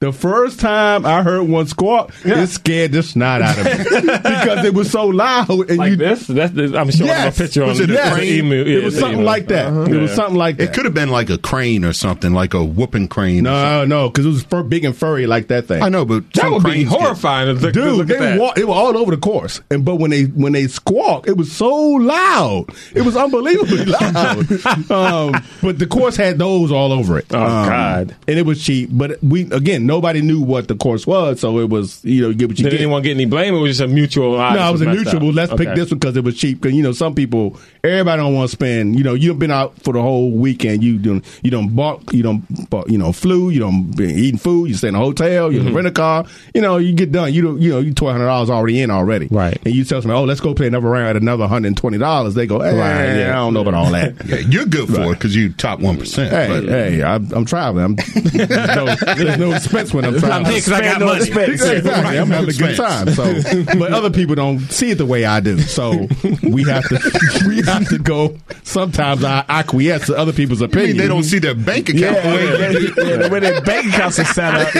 [SPEAKER 3] the first time I heard one squawk, it scared the snot out of me because it was so loud. And
[SPEAKER 2] Like
[SPEAKER 3] you,
[SPEAKER 2] this? That's, this- I'm showing
[SPEAKER 3] Yes.
[SPEAKER 2] a picture on
[SPEAKER 4] Was it a
[SPEAKER 2] it's
[SPEAKER 4] crane?
[SPEAKER 2] emu. Yeah,
[SPEAKER 3] it was
[SPEAKER 2] it's
[SPEAKER 3] something
[SPEAKER 2] emu.
[SPEAKER 3] like that. It was
[SPEAKER 2] Yeah.
[SPEAKER 3] something like that.
[SPEAKER 4] It could have been like a crane or something, like a whooping crane. or something.
[SPEAKER 3] no, no, because it was fur, big and furry like that thing.
[SPEAKER 4] I know, but
[SPEAKER 2] That
[SPEAKER 4] some
[SPEAKER 2] would be
[SPEAKER 4] cranes get-
[SPEAKER 2] horrifying. to look, to
[SPEAKER 3] Dude,
[SPEAKER 2] look at
[SPEAKER 3] they
[SPEAKER 2] that.
[SPEAKER 3] wa- they were all over the course, and but when they when they squawk, it was so loud, it was unbelievably (laughs) loud. um, but the course had those all over it. Oh
[SPEAKER 2] God.
[SPEAKER 3] And it was cheap, but we again nobody knew what the course was, so it was you know you get what you
[SPEAKER 2] Did
[SPEAKER 3] get.
[SPEAKER 2] anyone get any blame? Or was it just a mutual? No,
[SPEAKER 3] No, I was a neutral. But let's pick this one because it was cheap. Because you know, some people, everybody don't want to spend. You know, you've been out for the whole weekend. You don't, you don't bought, you don't, bought, you know, flew. You don't been eating food. You stay in a hotel.
[SPEAKER 2] Mm-hmm.
[SPEAKER 3] You rent a car. You know, you get done. You don't, you know, you twelve hundred dollars already in already.
[SPEAKER 2] Right.
[SPEAKER 3] And you tell somebody, oh, let's go play another round at another hundred and twenty dollars. They go, eh,
[SPEAKER 2] Right, yeah.
[SPEAKER 3] I don't know about all
[SPEAKER 2] (laughs)
[SPEAKER 3] that.
[SPEAKER 4] Yeah, you're good for it because you top one percent.
[SPEAKER 3] Hey, hey, I'm, I'm traveling. I'm, (laughs) there's, no, there's no expense when I'm traveling.
[SPEAKER 2] (laughs) I'm here 'cause I got money.
[SPEAKER 3] (laughs) Exactly. I'm having a good time. So,
[SPEAKER 2] (laughs)
[SPEAKER 3] but other people don't see it the way I do. So we have to (laughs) we have to go. Sometimes I acquiesce to other people's
[SPEAKER 4] I mean,
[SPEAKER 3] opinion.
[SPEAKER 4] they don't see their bank account.
[SPEAKER 5] Yeah,
[SPEAKER 4] the way
[SPEAKER 5] yeah,
[SPEAKER 4] you do.
[SPEAKER 5] yeah, the way their bank accounts are set up.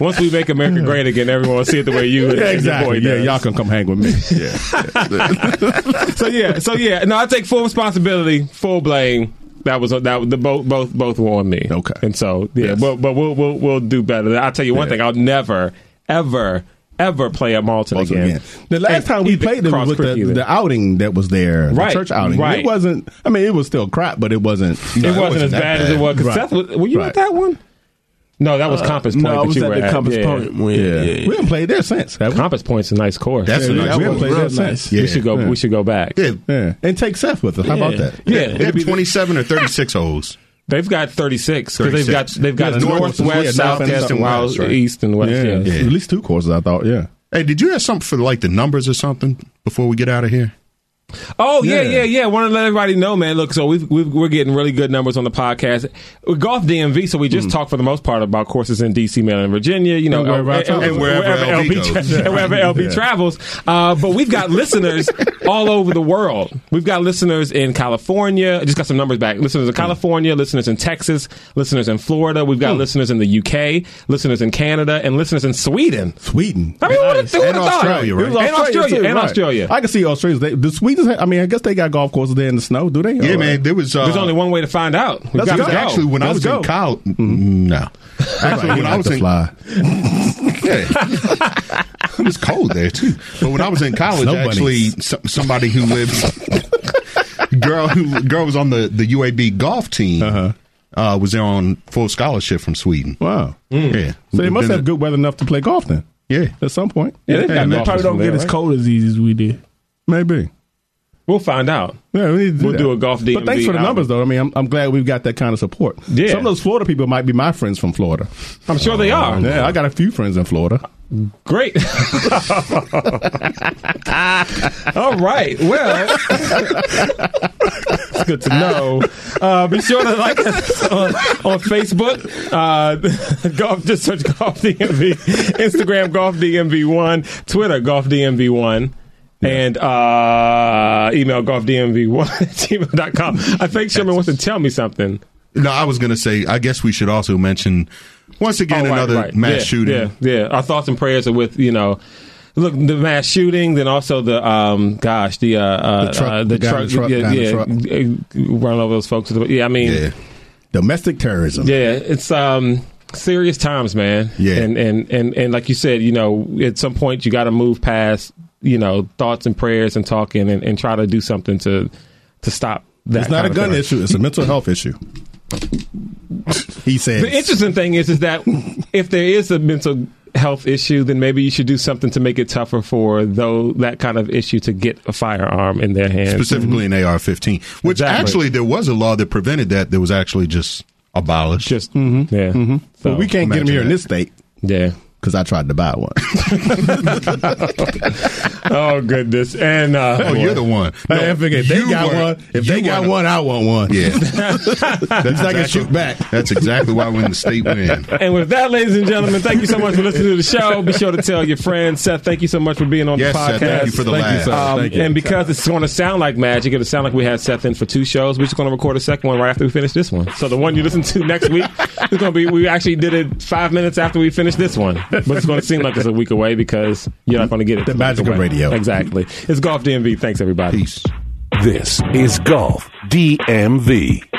[SPEAKER 2] Once we make
[SPEAKER 3] (laughs)
[SPEAKER 2] America great again, everyone will see it the way you
[SPEAKER 3] Yeah,
[SPEAKER 2] Boy
[SPEAKER 3] exactly. Yeah,
[SPEAKER 2] does.
[SPEAKER 3] y'all can come hang with
[SPEAKER 2] (laughs)
[SPEAKER 3] me. Yeah.
[SPEAKER 2] So yeah, so yeah. No, I take full responsibility, full blame. That was that was- the both both both were on me.
[SPEAKER 3] Okay.
[SPEAKER 2] and so yeah,
[SPEAKER 3] Yes.
[SPEAKER 2] but but we'll we'll we'll do better. I'll tell you one thing: I'll never ever ever play at Malton
[SPEAKER 3] Also,
[SPEAKER 2] again.
[SPEAKER 3] yeah. The last
[SPEAKER 2] And
[SPEAKER 3] time we
[SPEAKER 2] either
[SPEAKER 3] played them was
[SPEAKER 2] Cross
[SPEAKER 3] with
[SPEAKER 2] Creek
[SPEAKER 3] the,
[SPEAKER 2] either.
[SPEAKER 3] the outing that was there, the
[SPEAKER 2] Right,
[SPEAKER 3] church outing.
[SPEAKER 2] right.
[SPEAKER 3] It wasn't. I mean, it was still crap, but it wasn't.
[SPEAKER 2] it,
[SPEAKER 3] no,
[SPEAKER 2] wasn't, as
[SPEAKER 3] that
[SPEAKER 2] bad, as it was. 'cause
[SPEAKER 3] Right.
[SPEAKER 2] Seth, was- were you
[SPEAKER 3] Right.
[SPEAKER 2] at that one? No, that was Compass Point.
[SPEAKER 5] no, I
[SPEAKER 2] that
[SPEAKER 5] was
[SPEAKER 2] you
[SPEAKER 5] at
[SPEAKER 2] were
[SPEAKER 5] the Compass
[SPEAKER 2] yeah.
[SPEAKER 5] Point. when-
[SPEAKER 3] Yeah.
[SPEAKER 5] yeah, yeah.
[SPEAKER 3] we haven't played there since. Have we?
[SPEAKER 2] Compass Point's a nice course.
[SPEAKER 4] That's a
[SPEAKER 3] Yeah,
[SPEAKER 4] nice
[SPEAKER 5] that
[SPEAKER 3] we
[SPEAKER 4] one.
[SPEAKER 3] haven't
[SPEAKER 5] was
[SPEAKER 3] played
[SPEAKER 5] real
[SPEAKER 3] there
[SPEAKER 5] nice.
[SPEAKER 3] since.
[SPEAKER 2] We should go. We should go back.
[SPEAKER 4] Yeah,
[SPEAKER 3] Yeah, and take Seth with us. How about that?
[SPEAKER 2] Yeah,
[SPEAKER 4] they
[SPEAKER 2] it'd
[SPEAKER 4] have
[SPEAKER 2] be-
[SPEAKER 4] 27 or 36 holes.
[SPEAKER 2] They've got 36 because they've got
[SPEAKER 4] 36.
[SPEAKER 2] they've got
[SPEAKER 3] Yeah,
[SPEAKER 2] northwest,
[SPEAKER 3] northwest, yeah,
[SPEAKER 2] south,
[SPEAKER 3] northwest
[SPEAKER 2] east,
[SPEAKER 3] and
[SPEAKER 2] and west,
[SPEAKER 3] west, right.
[SPEAKER 2] east and west.
[SPEAKER 3] Yeah.
[SPEAKER 2] yes.
[SPEAKER 3] at least two courses. I thought. Yeah,
[SPEAKER 4] Hey, did you have something for like the numbers or something before we get out of here?
[SPEAKER 2] Oh yeah, yeah,
[SPEAKER 3] Yeah.
[SPEAKER 2] yeah. Want to let everybody know, man. Look, so we've, we've, we're getting really good numbers on the podcast. With golf DMV, so we just talked for the most part about courses in DC, Maryland, Virginia. You know,
[SPEAKER 3] And wherever I travel.
[SPEAKER 4] Wherever LB goes.
[SPEAKER 2] and wherever LB travels. Uh, but we've got listeners all over the world. We've got listeners in California. I just got some numbers back. Listeners in California, listeners in Texas, listeners in Florida. We've got listeners in the UK, listeners in Canada, and listeners in Sweden.
[SPEAKER 3] Sweden.
[SPEAKER 2] I mean, who would've- who would
[SPEAKER 4] And
[SPEAKER 2] have thought?
[SPEAKER 4] Australia, right?
[SPEAKER 3] It was
[SPEAKER 2] And Australia,
[SPEAKER 3] too,
[SPEAKER 2] and
[SPEAKER 3] right.
[SPEAKER 2] Australia.
[SPEAKER 3] I can see Australia. They, the Swedes, ha- I mean, I guess they got golf courses there in the snow, do they?
[SPEAKER 4] Yeah,
[SPEAKER 3] Or-
[SPEAKER 4] man, there was. Uh,
[SPEAKER 2] There's only one way to find out. We've
[SPEAKER 3] Let's
[SPEAKER 2] got to
[SPEAKER 3] go.
[SPEAKER 2] go.
[SPEAKER 4] Actually, when I
[SPEAKER 3] Let's
[SPEAKER 4] was
[SPEAKER 3] go.
[SPEAKER 4] in college, no. Actually,
[SPEAKER 3] Right,
[SPEAKER 4] when I
[SPEAKER 3] like
[SPEAKER 4] was
[SPEAKER 3] to
[SPEAKER 4] in,
[SPEAKER 3] fly.
[SPEAKER 4] (laughs) yeah, it was cold there too. But when I was in college,
[SPEAKER 3] Snow
[SPEAKER 4] actually,
[SPEAKER 3] bunnies.
[SPEAKER 4] s- somebody who lived, (laughs) girl who girl was on the the UAB golf team, uh was there on full scholarship from Sweden.
[SPEAKER 3] Wow.
[SPEAKER 4] Yeah,
[SPEAKER 3] So they must
[SPEAKER 4] Then-
[SPEAKER 3] have good weather enough to play golf then.
[SPEAKER 4] Yeah,
[SPEAKER 3] At some point.
[SPEAKER 2] Yeah, they've got
[SPEAKER 5] they
[SPEAKER 2] golfers
[SPEAKER 5] probably
[SPEAKER 2] from
[SPEAKER 5] don't
[SPEAKER 2] there,
[SPEAKER 5] get as
[SPEAKER 2] right?
[SPEAKER 5] cold as these as we did.
[SPEAKER 3] Maybe.
[SPEAKER 2] We'll find out.
[SPEAKER 3] Yeah, we need to do
[SPEAKER 2] We'll
[SPEAKER 3] that.
[SPEAKER 2] do a golf DMV
[SPEAKER 3] But thanks for the
[SPEAKER 2] outing.
[SPEAKER 3] numbers, though. I mean, I'm, I'm glad we've got that kind of support.
[SPEAKER 2] Yeah.
[SPEAKER 3] Some of those Florida people might be my friends from Florida.
[SPEAKER 2] I'm sure they are.
[SPEAKER 3] Yeah, I got a few friends in Florida.
[SPEAKER 2] (laughs) Great. All right. Well, it's good to know. Uh, be sure to like us on, on Facebook. Uh, (laughs) golf, just search Golf DMV. Instagram, Golf DMV1. Twitter, Golf DMV1. And uh, email golfdmv1 at gmail.com. I think Sherman wants to tell me something.
[SPEAKER 4] no, I was gonna say. I guess we should also mention once again
[SPEAKER 2] Oh, right,
[SPEAKER 4] another
[SPEAKER 2] right.
[SPEAKER 4] mass
[SPEAKER 2] yeah,
[SPEAKER 4] shooting.
[SPEAKER 2] Yeah, yeah. Our thoughts and prayers are with you know, look the mass shooting, then also the um, gosh, the uh, uh,
[SPEAKER 3] The truck-
[SPEAKER 2] uh,
[SPEAKER 3] the guy in the truck,
[SPEAKER 2] yeah,
[SPEAKER 3] guy in the
[SPEAKER 2] yeah,
[SPEAKER 3] truck.
[SPEAKER 2] uh, run over those folks. Yeah, I mean, yeah,
[SPEAKER 4] Yeah.
[SPEAKER 3] Domestic terrorism.
[SPEAKER 2] it's um. Serious times, man.
[SPEAKER 4] Yeah.
[SPEAKER 2] and and and and like you said, you know, at some point you got to move past, you know, thoughts and prayers and talking, and, and try to do something to to stop that.
[SPEAKER 3] It's not
[SPEAKER 2] kind
[SPEAKER 3] a
[SPEAKER 2] of
[SPEAKER 3] gun
[SPEAKER 2] thing.
[SPEAKER 3] issue. It's a mental health issue. He said.
[SPEAKER 2] (laughs) The interesting thing is, is that if there is a mental health issue, then maybe you should do something to make it tougher for though that kind of issue to get a firearm in their hands.
[SPEAKER 4] specifically an AR-15, which
[SPEAKER 2] Exactly.
[SPEAKER 4] actually there was a law that prevented that. That was actually just abolished.
[SPEAKER 2] Just mm-hmm. yeah, So,
[SPEAKER 3] But we can't get
[SPEAKER 4] Imagine
[SPEAKER 3] them here in
[SPEAKER 4] that.
[SPEAKER 3] this state
[SPEAKER 2] yeah.
[SPEAKER 3] because I tried to buy one.
[SPEAKER 2] Oh goodness, and uh,
[SPEAKER 4] oh, you're the one.
[SPEAKER 3] I am thinking, if they
[SPEAKER 4] you
[SPEAKER 3] got
[SPEAKER 4] were-
[SPEAKER 3] one, if
[SPEAKER 4] you
[SPEAKER 3] they got
[SPEAKER 4] were-
[SPEAKER 3] one, I want one. (laughs)
[SPEAKER 4] yeah, (laughs) that's
[SPEAKER 3] At least I can shoot back.
[SPEAKER 4] That's exactly why we're in the
[SPEAKER 3] (laughs)
[SPEAKER 4] state we're in.
[SPEAKER 2] (laughs) And with that, ladies and gentlemen, thank you so much for listening to the show. Be sure to tell your friends. Seth, thank you so much for being on
[SPEAKER 4] Yes,
[SPEAKER 2] the podcast.
[SPEAKER 4] Seth, thank you for the laugh.
[SPEAKER 2] Seth. Um,
[SPEAKER 3] Thank you.
[SPEAKER 2] And because it's going to sound like magic, it'll sound like we had Seth in for two shows. We're just going to record a second one right after we finish this one. So the one you listen to next week is going to be. We actually did it five minutes after we finished this one, but it's going to seem like it's a week away because you're not going to get it. The
[SPEAKER 3] magic of radio.
[SPEAKER 2] exactly. It's golf DMV. Thanks everybody.
[SPEAKER 4] Peace.
[SPEAKER 1] This is Golf DMV.